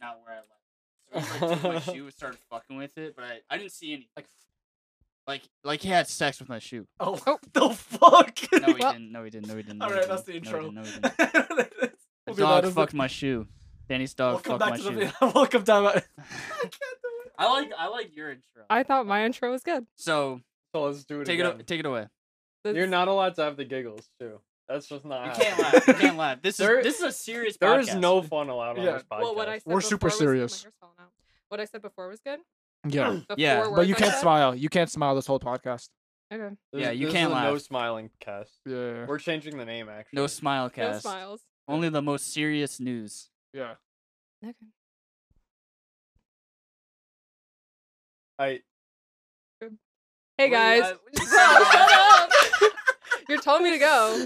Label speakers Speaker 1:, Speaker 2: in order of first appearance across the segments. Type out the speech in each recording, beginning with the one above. Speaker 1: not where I left. So I took my shoe and started fucking with it, but I, I didn't see any like f- like like he had sex with my shoe.
Speaker 2: Oh,
Speaker 3: Oh.
Speaker 2: what the fuck!
Speaker 1: No, he
Speaker 3: Well-
Speaker 1: didn't. No, he didn't. No, he didn't. No,
Speaker 2: All
Speaker 1: he
Speaker 2: right,
Speaker 1: didn't.
Speaker 2: that's the
Speaker 1: No, he
Speaker 2: intro.
Speaker 1: didn't. No, he didn't.
Speaker 2: We'll
Speaker 1: The
Speaker 2: do that
Speaker 1: dog
Speaker 2: as
Speaker 1: fucked my shoe. Danny's dog
Speaker 2: Welcome
Speaker 1: fucked
Speaker 2: back
Speaker 1: my
Speaker 2: to
Speaker 1: shoe.
Speaker 2: the welcome down. I can't do it.
Speaker 1: I like I like your intro.
Speaker 3: I thought my intro was good.
Speaker 1: so
Speaker 4: So let's do it
Speaker 1: take it
Speaker 4: again.
Speaker 1: o- take it away.
Speaker 4: You're
Speaker 3: That's-
Speaker 4: not allowed to have the giggles too. That's just not.
Speaker 1: You
Speaker 4: how-
Speaker 1: can't laugh. You can't laugh. This is
Speaker 4: There-
Speaker 1: this is a serious.
Speaker 4: There is
Speaker 1: podcast.
Speaker 4: no fun allowed on
Speaker 2: Yeah.
Speaker 4: this podcast.
Speaker 3: Well, what I said
Speaker 2: We're super
Speaker 3: before was- oh, my
Speaker 2: serious.
Speaker 3: hair's falling out. What I said before was good.
Speaker 2: Yeah,
Speaker 3: The
Speaker 1: Yeah.
Speaker 3: four
Speaker 2: but you
Speaker 3: words I
Speaker 2: can't
Speaker 3: said?
Speaker 2: smile. You can't smile this whole podcast.
Speaker 3: Okay.
Speaker 4: This-
Speaker 1: Yeah, you
Speaker 4: this
Speaker 1: can't
Speaker 4: is a No
Speaker 1: laugh.
Speaker 4: smiling cast.
Speaker 2: Yeah,
Speaker 4: We're changing the name actually.
Speaker 1: no smile
Speaker 3: No
Speaker 1: cast.
Speaker 3: smiles.
Speaker 1: Only the most serious news.
Speaker 2: yeah.
Speaker 3: Okay.
Speaker 4: I.
Speaker 3: Hey
Speaker 1: We,
Speaker 3: guys.
Speaker 1: uh, we just-
Speaker 3: Bro, shut up. You're telling me to go.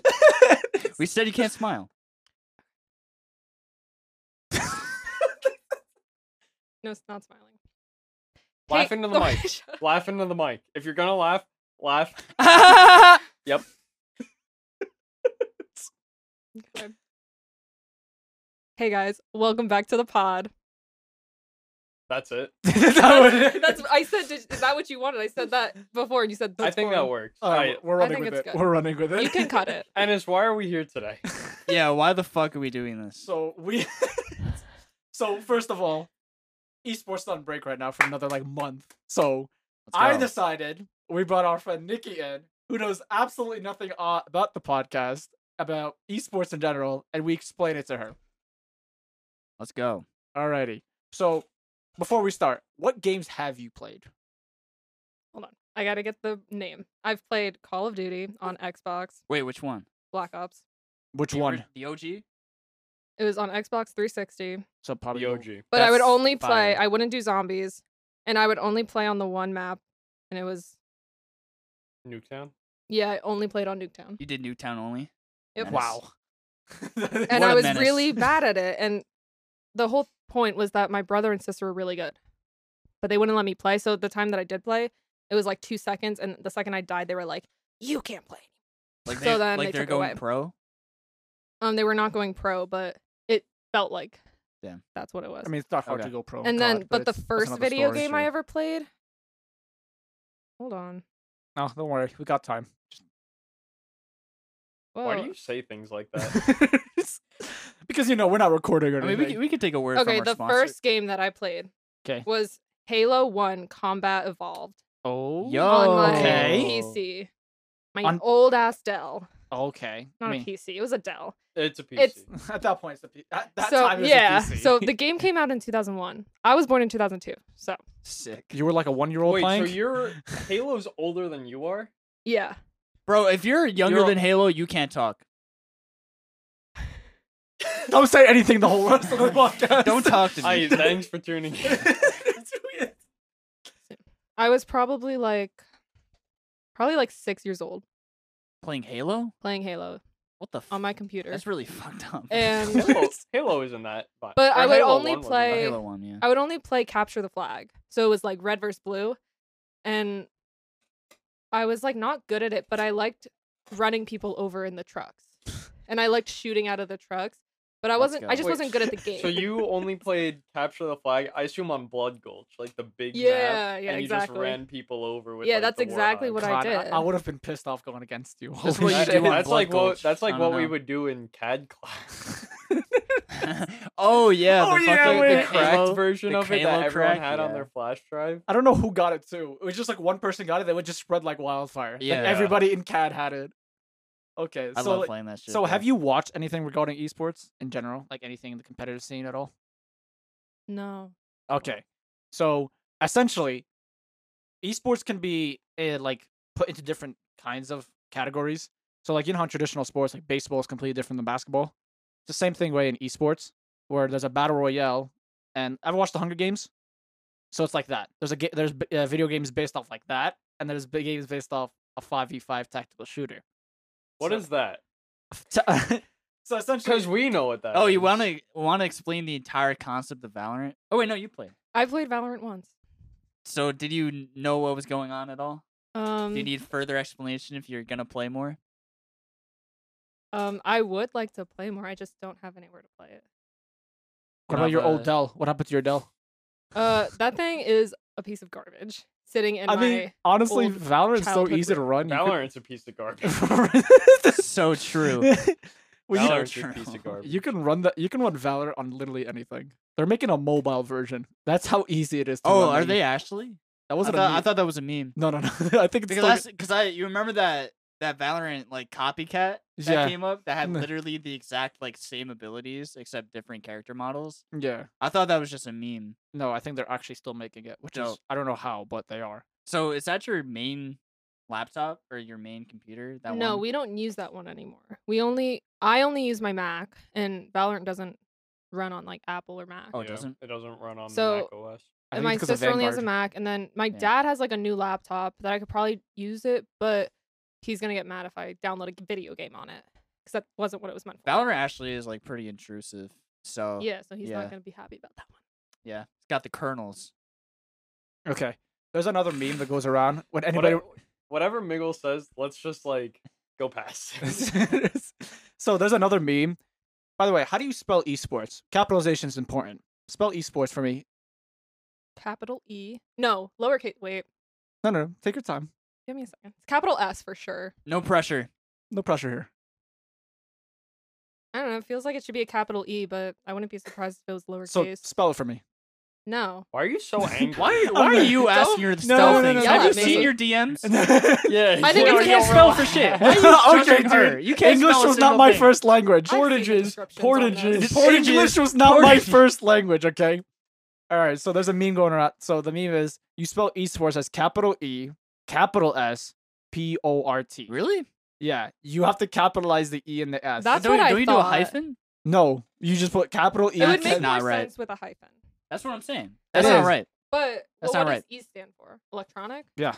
Speaker 1: We said you can't smile.
Speaker 3: No, it's not smiling.
Speaker 4: Laugh into the mic.
Speaker 3: shut up.
Speaker 4: Laugh into the mic. If you're gonna laugh, laugh.
Speaker 3: Okay. Hey guys, welcome back to the pod.
Speaker 4: That's it.
Speaker 3: That's, that's- I said. Did, is that what you wanted? I said that before, and you said.
Speaker 4: I
Speaker 3: that's
Speaker 4: think that
Speaker 3: boring."
Speaker 4: works.
Speaker 2: All
Speaker 4: All
Speaker 2: right,
Speaker 4: right.
Speaker 2: we're
Speaker 3: I
Speaker 2: running
Speaker 3: think
Speaker 2: with it.
Speaker 3: it's good.
Speaker 2: We're running with it.
Speaker 3: You can cut it.
Speaker 4: Ennis, why are we here today?
Speaker 1: yeah. Why the fuck are we doing this?
Speaker 2: So we. so first of all, esports is on break right now for another like month. So
Speaker 1: Let's
Speaker 2: I
Speaker 1: go.
Speaker 2: decided we brought our friend Nikki in, who knows absolutely nothing uh, about the podcast, about esports in general, and we explain it to her.
Speaker 1: Let's go.
Speaker 2: Alrighty. So before we start, what games have you played?
Speaker 3: Hold on. I gotta get the name. I've played Call of Duty on Xbox,
Speaker 1: Wait, which one?
Speaker 3: Black Ops.
Speaker 2: Which
Speaker 1: The ori-
Speaker 2: one?
Speaker 1: The OG.
Speaker 3: It was on Xbox 360.
Speaker 2: So probably
Speaker 4: The OG.
Speaker 3: But I would
Speaker 1: That's
Speaker 3: only play.
Speaker 1: fire.
Speaker 3: I wouldn't do zombies, and I would only play on the one map, and it was
Speaker 4: Nuketown.
Speaker 3: yeah. I only played on Nuketown.
Speaker 1: You did Newtown only.
Speaker 3: Yep.
Speaker 1: Menace.
Speaker 2: Wow.
Speaker 3: and
Speaker 1: What
Speaker 3: I
Speaker 1: a
Speaker 3: was
Speaker 1: menace.
Speaker 3: really bad at it. And the whole point was that my brother and sister were really good, but they wouldn't let me play. So the time that I did play, it was like two seconds, and the second I died, they were like, "You can't play."
Speaker 1: Like
Speaker 3: So
Speaker 1: they,
Speaker 3: then
Speaker 1: like
Speaker 3: they
Speaker 1: they're
Speaker 3: took it
Speaker 1: going
Speaker 3: away.
Speaker 1: pro.
Speaker 3: Um, they were not going pro, but it felt like
Speaker 1: Damn.
Speaker 3: that's what it was.
Speaker 2: I mean, it's not hard
Speaker 1: Okay.
Speaker 2: to go pro. on
Speaker 3: and then,
Speaker 2: COD,
Speaker 3: but the
Speaker 2: it's- that's
Speaker 3: first
Speaker 2: another
Speaker 3: video
Speaker 2: story.
Speaker 3: game I ever played. Hold on.
Speaker 2: No, don't worry. We got time.
Speaker 3: Whoa.
Speaker 4: Why do you say things like that?
Speaker 2: because you know we're not recording or
Speaker 1: I mean,
Speaker 2: anything.
Speaker 1: we could, we could take a word
Speaker 3: okay,
Speaker 1: from our
Speaker 3: the
Speaker 1: sponsor.
Speaker 3: first game that I played
Speaker 2: 'Kay.
Speaker 3: was Halo 1 Combat Evolved
Speaker 2: Oh.
Speaker 1: Yo.
Speaker 3: on my
Speaker 2: Okay.
Speaker 3: PC. My
Speaker 2: Oh. On-
Speaker 3: old ass Dell.
Speaker 2: Okay.
Speaker 3: Not
Speaker 2: I mean,
Speaker 3: a PC, it was a Dell.
Speaker 4: It's a PC.
Speaker 3: It's-
Speaker 2: at that point, it's a P- at that
Speaker 3: so,
Speaker 2: time, it was a
Speaker 3: yeah,
Speaker 2: PC.
Speaker 3: so the game came out in 2001. I was born in 2002. So,
Speaker 1: Sick,
Speaker 2: you were like a one-year-old
Speaker 4: Wait,
Speaker 2: playing.
Speaker 4: so you're Halo's older than you are?
Speaker 3: yeah.
Speaker 1: bro. If you're younger
Speaker 4: You're-
Speaker 1: than Halo, you can't talk.
Speaker 2: Don't say anything the whole rest of the podcast.
Speaker 1: Don't talk to me.
Speaker 4: I thanks for tuning in.
Speaker 2: It's weird.
Speaker 3: I was probably like probably like 6 years old
Speaker 1: Playing Halo?
Speaker 3: playing Halo
Speaker 1: What the? F-
Speaker 3: on my computer.
Speaker 1: That's really fucked up.
Speaker 3: And
Speaker 4: Halo, Halo isn't that. vi-
Speaker 3: But
Speaker 4: or
Speaker 3: I would
Speaker 4: Halo
Speaker 3: only
Speaker 4: 1 wasn't
Speaker 1: The
Speaker 3: play-
Speaker 4: that-
Speaker 1: Halo one, yeah.
Speaker 3: I would only play capture the flag. So it was like red versus blue. And I was like not good at it, but I liked running people over in the trucks. And I liked shooting out of the trucks. But I
Speaker 1: Let's
Speaker 3: wasn't I
Speaker 1: go.
Speaker 3: just
Speaker 4: Wait,
Speaker 3: wasn't good at the game.
Speaker 4: So you only played Capture the Flag, I assume on Blood Gulch, like the big map,
Speaker 3: Yeah, yeah,
Speaker 4: and you
Speaker 3: exactly.
Speaker 4: just ran people over with.
Speaker 3: Yeah,
Speaker 4: like,
Speaker 3: that's
Speaker 4: the
Speaker 3: exactly
Speaker 4: Warthog.
Speaker 3: what
Speaker 2: God,
Speaker 3: I did.
Speaker 2: I, would have been pissed off going against you.
Speaker 1: That's
Speaker 2: Holy
Speaker 1: what you
Speaker 4: That-
Speaker 2: shit.
Speaker 1: do on
Speaker 4: that's
Speaker 1: Blood
Speaker 4: like
Speaker 1: Gulch.
Speaker 4: what that's like
Speaker 1: I
Speaker 4: what
Speaker 1: don't
Speaker 4: we
Speaker 1: know.
Speaker 4: would do in CAD class.
Speaker 1: oh yeah,
Speaker 2: Oh,
Speaker 1: the
Speaker 2: yeah,
Speaker 1: fucking
Speaker 4: like the
Speaker 2: wait.
Speaker 4: cracked
Speaker 1: Halo-
Speaker 4: version
Speaker 1: the
Speaker 4: of it
Speaker 1: Halo
Speaker 4: that everyone
Speaker 1: crack,
Speaker 4: had on
Speaker 1: yeah.
Speaker 4: their flash drive.
Speaker 2: I don't know who got it too. It was just like one person got it. They would just spread like wildfire. Like,
Speaker 1: Yeah.
Speaker 2: everybody in CAD had it. Okay.
Speaker 1: I
Speaker 2: so
Speaker 1: love
Speaker 2: like,
Speaker 1: playing that shit.
Speaker 2: so
Speaker 1: bro.
Speaker 2: have you watched anything regarding esports in general? Like anything in the competitive scene at all?
Speaker 3: no.
Speaker 2: Okay. So essentially, esports can be uh, like put into different kinds of categories. So like you know how in traditional sports like baseball is completely different than basketball. It's the same thing way in esports where there's a battle royale. And ever watched the Hunger Games? So it's like that. There's a ga- there's b- uh, video games based off like that, and there's big games based off a five v five tactical shooter.
Speaker 4: What
Speaker 2: So-
Speaker 4: is that?
Speaker 2: So, so
Speaker 4: Because
Speaker 2: essentially,
Speaker 4: we know what that.
Speaker 1: Oh, you
Speaker 4: is.
Speaker 1: want to want to explain the entire concept of Valorant? Oh wait, no, you played.
Speaker 3: I played Valorant once.
Speaker 1: So did you n- know what was going on at all?
Speaker 3: Um,
Speaker 1: Do you need further explanation if you're gonna play more?
Speaker 3: um I would like to play more. I just don't have anywhere to play it.
Speaker 2: What about your
Speaker 1: have
Speaker 2: old
Speaker 1: a-
Speaker 2: Dell? What happened to your Dell?
Speaker 3: Uh, that thing is a piece of garbage sitting in
Speaker 2: I
Speaker 3: my.
Speaker 2: mean, honestly,
Speaker 3: old
Speaker 2: Valorant's so
Speaker 3: childhood
Speaker 2: easy to run. you could-
Speaker 4: Valorant's a piece of garbage.
Speaker 1: so true.
Speaker 2: well, you,
Speaker 1: Valorant.
Speaker 4: Valorant's a piece of garbage.
Speaker 2: you can run that. You can run Valorant on literally anything. They're making a mobile version. That's how easy it is. To
Speaker 1: Oh,
Speaker 2: run
Speaker 1: are
Speaker 2: that
Speaker 1: they
Speaker 2: game.
Speaker 1: actually? I
Speaker 2: That wasn't. a
Speaker 1: thought, I
Speaker 2: meme.
Speaker 1: thought that was a meme.
Speaker 2: No, no, no. I think it's
Speaker 1: Because
Speaker 2: still
Speaker 1: last, because I, you remember that that Valorant like copycat that
Speaker 2: Yeah.
Speaker 1: came up that had
Speaker 2: Mm.
Speaker 1: literally the exact like same abilities except different character models.
Speaker 2: good. yeah.
Speaker 1: I thought that was just a meme.
Speaker 2: No, I think they're actually still making it, which is
Speaker 1: Dope.
Speaker 2: I don't know how, but they are.
Speaker 1: So is that your main laptop or your main computer? That
Speaker 3: no,
Speaker 1: one?
Speaker 3: we don't use that one anymore. We only I only use my Mac, and Valorant doesn't run on like Apple or Mac.
Speaker 1: Oh, it doesn't?
Speaker 4: It doesn't run on
Speaker 3: So-
Speaker 4: Mac OS.
Speaker 2: I
Speaker 3: and
Speaker 2: think
Speaker 3: my
Speaker 2: it's 'cause of
Speaker 3: sister only has a
Speaker 2: Vanguard.
Speaker 3: Mac, and then my
Speaker 1: Yeah.
Speaker 3: dad has like a new laptop that I could probably use it, but he's gonna get mad if I download a g- video game on it because that wasn't what it was meant for.
Speaker 1: Valorant actually is like pretty intrusive. So yeah,
Speaker 3: Yeah, so he's
Speaker 1: yeah.
Speaker 3: not gonna be happy about that one.
Speaker 1: it's got the kernels.
Speaker 2: Okay. There's another meme that goes around when anybody.
Speaker 4: Whatever, whatever Miggle says, let's just like go past. it.
Speaker 2: so there's another meme. By the way, how do you spell esports? Capitalization is important. Spell esports for me.
Speaker 3: Capital E, no lowercase. Wait,
Speaker 2: No, no, no, take your time.
Speaker 3: give me a second. It's capital S for sure.
Speaker 1: No pressure.
Speaker 2: No pressure here.
Speaker 3: I don't know. It feels like it should be a capital E, but I wouldn't be surprised if it was
Speaker 2: So
Speaker 3: lowercase.
Speaker 2: spell it for me.
Speaker 3: no,
Speaker 4: Why are you so angry?
Speaker 1: Why,
Speaker 2: I'm
Speaker 1: why are
Speaker 2: not-
Speaker 1: you asking
Speaker 4: Oh, Don't-
Speaker 1: your
Speaker 2: no,
Speaker 1: spell
Speaker 2: no, no,
Speaker 1: things?
Speaker 2: no,
Speaker 1: Have
Speaker 3: no,
Speaker 1: you
Speaker 3: no.
Speaker 1: seen your DMs?
Speaker 4: Yeah,
Speaker 3: I think
Speaker 1: you
Speaker 4: yeah,
Speaker 1: can't
Speaker 4: yeah,
Speaker 3: it's don't
Speaker 1: spell
Speaker 3: know.
Speaker 1: for shit. Why are you
Speaker 2: okay,
Speaker 1: judging her?
Speaker 2: dude.
Speaker 1: You can't
Speaker 2: English
Speaker 1: spell a
Speaker 2: was not
Speaker 1: single
Speaker 2: my
Speaker 1: thing.
Speaker 2: first language.
Speaker 3: I've seen
Speaker 4: Portages,
Speaker 3: descriptions on those.
Speaker 4: portages.
Speaker 1: It's- Portages,
Speaker 2: English was not my
Speaker 1: portages.
Speaker 2: first language, okay? All right, so there's a meme going around. So the meme is you spell esports as capital E, capital S, P O R T.
Speaker 1: Really?
Speaker 2: Yeah, you have to capitalize the E and the S.
Speaker 3: That's
Speaker 1: don't
Speaker 3: what I
Speaker 1: don't you do a
Speaker 3: thought.
Speaker 1: hyphon?
Speaker 2: no, you just put capital E.
Speaker 3: it would
Speaker 1: that's
Speaker 3: make
Speaker 1: not
Speaker 3: more
Speaker 1: right.
Speaker 3: sense with a hyphen.
Speaker 1: That's what I'm saying.
Speaker 2: That
Speaker 1: That's not
Speaker 2: is.
Speaker 1: right.
Speaker 3: But
Speaker 1: That's
Speaker 3: well,
Speaker 1: not
Speaker 3: what
Speaker 1: right.
Speaker 3: does E stand for? Electronic.
Speaker 2: Yeah.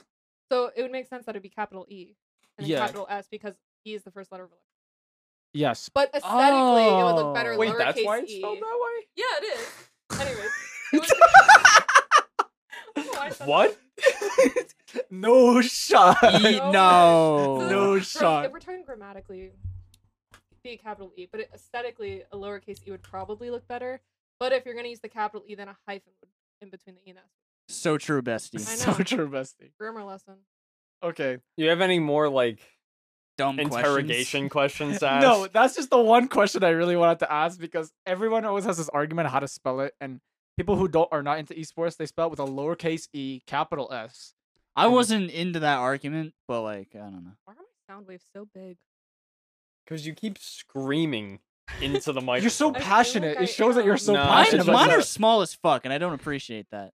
Speaker 3: So it would make sense that it'd be capital E and then
Speaker 2: Yeah.
Speaker 3: capital S because E is the first letter of. elec-
Speaker 2: E. yes.
Speaker 3: But aesthetically, it would look better
Speaker 1: Oh.
Speaker 4: Wait,
Speaker 3: lowercase
Speaker 4: that's why it's
Speaker 3: e.
Speaker 4: spelled that
Speaker 3: Yeah, it is. Anyways, it would- I don't know why I said
Speaker 4: way? What?
Speaker 2: no shot.
Speaker 1: E-
Speaker 3: No. that. So
Speaker 1: no.
Speaker 3: this
Speaker 2: No
Speaker 3: is-
Speaker 2: shot.
Speaker 3: If we're talking grammatically, be a capital E, but it, aesthetically, a lowercase e would probably look better. But if you're gonna use the capital E, then a hyphen would in between the E and S.
Speaker 1: So true, bestie.
Speaker 3: I
Speaker 2: so
Speaker 3: know.
Speaker 2: true, bestie.
Speaker 3: Grammar lesson.
Speaker 2: Okay.
Speaker 4: You have any more like
Speaker 1: Dumb
Speaker 4: interrogation questions to ask?
Speaker 2: No, that's just the one question I really wanted to ask because everyone always has this argument how to spell it, and people who don't are not into esports they spell it with a lowercase e, capital S.
Speaker 1: I wasn't into that argument, but like I don't know.
Speaker 3: Why are my sound waves so big?
Speaker 4: because you keep screaming into the microphone.
Speaker 2: You're so
Speaker 3: like
Speaker 2: passionate.
Speaker 3: I um,
Speaker 2: it shows that you're so
Speaker 4: am. No,
Speaker 1: Mine,
Speaker 2: passionate.
Speaker 4: it's
Speaker 2: about
Speaker 1: mine
Speaker 2: it.
Speaker 1: are small as fuck, and I don't appreciate that.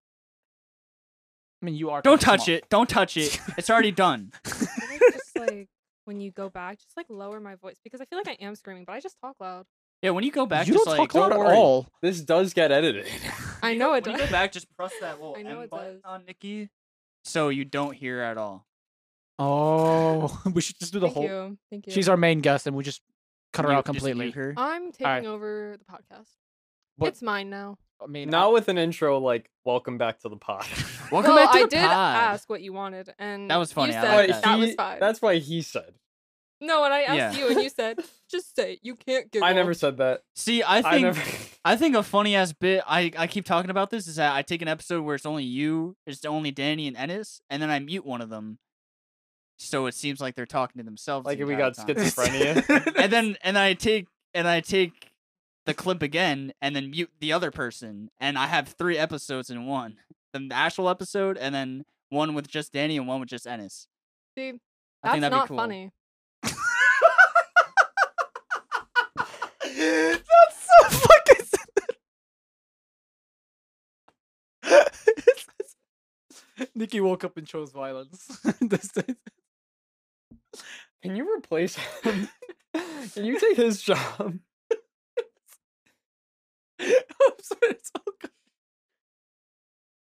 Speaker 2: I mean, you are.
Speaker 1: Don't
Speaker 2: kinda
Speaker 1: touch
Speaker 2: small.
Speaker 1: it. Don't touch it. It's already done.
Speaker 3: I think just like when you go back, just like lower my voice because I feel like I am screaming, but I just talk loud.
Speaker 1: Yeah, when you go back,
Speaker 2: you
Speaker 1: just
Speaker 2: don't
Speaker 1: like
Speaker 2: talk loud
Speaker 1: don't
Speaker 2: at
Speaker 1: worry.
Speaker 2: all.
Speaker 4: This does get edited.
Speaker 3: I
Speaker 1: You
Speaker 3: know
Speaker 1: go-
Speaker 3: it
Speaker 1: when
Speaker 3: does.
Speaker 1: you go back, just press that little
Speaker 3: I know
Speaker 1: M
Speaker 3: it
Speaker 1: button
Speaker 3: does.
Speaker 1: on Nikki, so you don't hear at all.
Speaker 2: Oh, we should just do the
Speaker 3: Thank
Speaker 2: whole.
Speaker 3: you. Thank you.
Speaker 2: She's our main guest, and we just cut her
Speaker 1: You
Speaker 2: out
Speaker 1: just mute
Speaker 2: completely.
Speaker 1: her.
Speaker 3: I'm taking
Speaker 2: right.
Speaker 3: over the podcast.
Speaker 2: But-
Speaker 3: it's mine now.
Speaker 2: I mean, I-
Speaker 4: Now with an intro like "Welcome back to the pod."
Speaker 1: Welcome
Speaker 3: well,
Speaker 1: back to
Speaker 3: I
Speaker 1: the
Speaker 3: did
Speaker 1: pod.
Speaker 3: ask what you wanted, and
Speaker 1: That was funny,
Speaker 3: You
Speaker 1: I
Speaker 3: said
Speaker 1: like
Speaker 3: that.
Speaker 1: that.
Speaker 3: was
Speaker 4: he-
Speaker 3: fine.
Speaker 4: That's why he said.
Speaker 3: No, and I asked
Speaker 1: Yeah.
Speaker 3: you, and you said, "Just say it. you can't giggle."
Speaker 4: I never said that.
Speaker 1: See, I think
Speaker 4: I
Speaker 1: I,
Speaker 4: never.
Speaker 1: think a funny ass bit I, I keep talking about this is that I take an episode where it's only you, it's only Danny and Ennis, and then I mute one of them, so it seems like they're talking to themselves.
Speaker 4: Like
Speaker 1: the
Speaker 4: if we
Speaker 1: entire
Speaker 4: got
Speaker 1: time.
Speaker 4: schizo- schizophrenia.
Speaker 1: and then and I take and I take the clip again and then mute the other person and I have three episodes in one. Then the actual episode and then one with just Danny and one with just Ennis.
Speaker 3: See,
Speaker 1: I
Speaker 3: that's
Speaker 1: think that'd
Speaker 3: not
Speaker 1: be cool.
Speaker 3: funny.
Speaker 2: That's so fucking. Nikki woke up and chose violence. This is-
Speaker 4: Can you replace him? Can you take his job?
Speaker 2: I'm sorry, it's all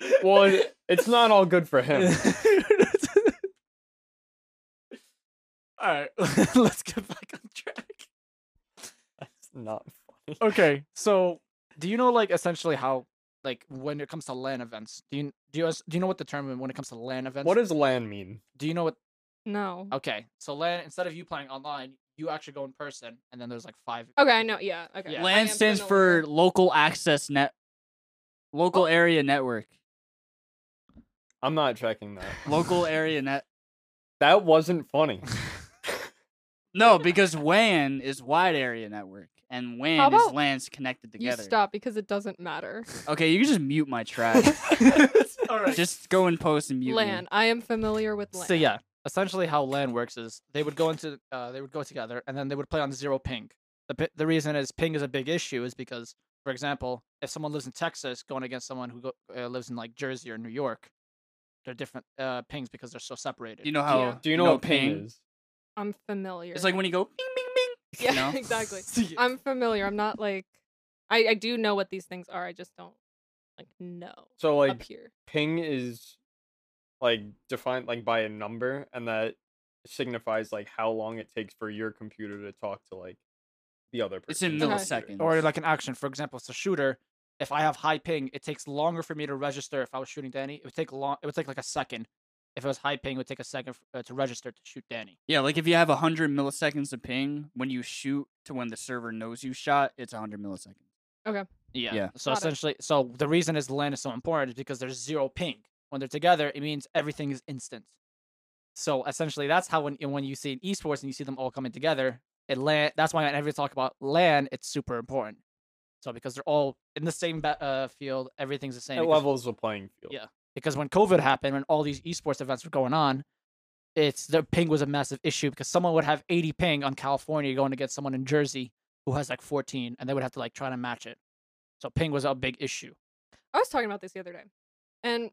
Speaker 2: good.
Speaker 4: Well, it- it's not all good for him.
Speaker 2: all right, let's get back on track.
Speaker 4: That's not funny.
Speaker 2: Okay, so do you know like essentially how like when it comes to LAN events? Do you do you do you know what the term when it comes to LAN events?
Speaker 4: What does "land" mean?
Speaker 2: do you know what
Speaker 3: No,
Speaker 2: Okay, so LAN instead of you playing online, you actually go in person, and then there's like five.
Speaker 3: Okay, I know. Yeah. Okay.
Speaker 2: Yeah.
Speaker 3: I
Speaker 1: LAN
Speaker 3: am
Speaker 1: stands
Speaker 3: familiar.
Speaker 1: for local access net, local area network,
Speaker 4: I'm not checking that.
Speaker 1: local area net.
Speaker 4: That wasn't funny.
Speaker 1: No, because WAN is wide area network, and WAN is
Speaker 3: about
Speaker 1: LANs connected together.
Speaker 3: You stop because it doesn't matter.
Speaker 1: Okay, you can just mute my trash.
Speaker 2: All right.
Speaker 1: just go and post and mute me.
Speaker 3: LAN. I am familiar with LAN.
Speaker 2: So yeah, essentially how LAN works is they would go into uh, they would go together and then they would play on zero ping. The pi- the reason is ping is a big issue is because for example, if someone lives in Texas going against someone who go, uh, lives in like Jersey or New York, they're different uh, pings because they're so separated.
Speaker 1: You know how?
Speaker 3: Yeah.
Speaker 4: Do you know what ping, is?
Speaker 3: I'm familiar.
Speaker 1: It's like when you go bing bing bing.
Speaker 3: yeah,
Speaker 1: you know?
Speaker 3: exactly.
Speaker 2: Yeah.
Speaker 3: I'm familiar. I'm not like I I do know what these things are. I just don't like know
Speaker 4: So
Speaker 3: up
Speaker 4: like
Speaker 3: here.
Speaker 4: ping is like defined like by a number and that signifies like how long it takes for your computer to talk to like the other person.
Speaker 1: It's in
Speaker 3: Okay.
Speaker 1: milliseconds.
Speaker 2: or like an action. For example, it's a shooter. If I have high ping, it takes longer for me to register. If I was shooting Danny, it would take long. It would take like a second. If it was high ping, it would take a second f- uh, to register to shoot Danny.
Speaker 1: Yeah, like if you have 100 milliseconds of ping, when you shoot to when the server knows you shot, it's 100 milliseconds.
Speaker 2: Yeah.
Speaker 1: Yeah.
Speaker 2: So
Speaker 3: Got it.
Speaker 2: essentially, so the reason is LAN is so important is because there's zero ping. When they're together, it means everything is instant. So essentially, that's how when when you see in esports and you see them all coming together, it LAN. That's why whenever you talk about LAN, it's super important. So because they're all in the same ba- uh, field, everything's the same.
Speaker 4: It
Speaker 2: because-
Speaker 4: levels the playing field.
Speaker 2: Yeah. because when COVID happened, when all these esports events were going on, it's the ping was a massive issue because someone would have 80 ping on California going against someone in Jersey who has like 14, and they would have to like try to match it. So ping was a big issue.
Speaker 3: I was talking about this the other day, and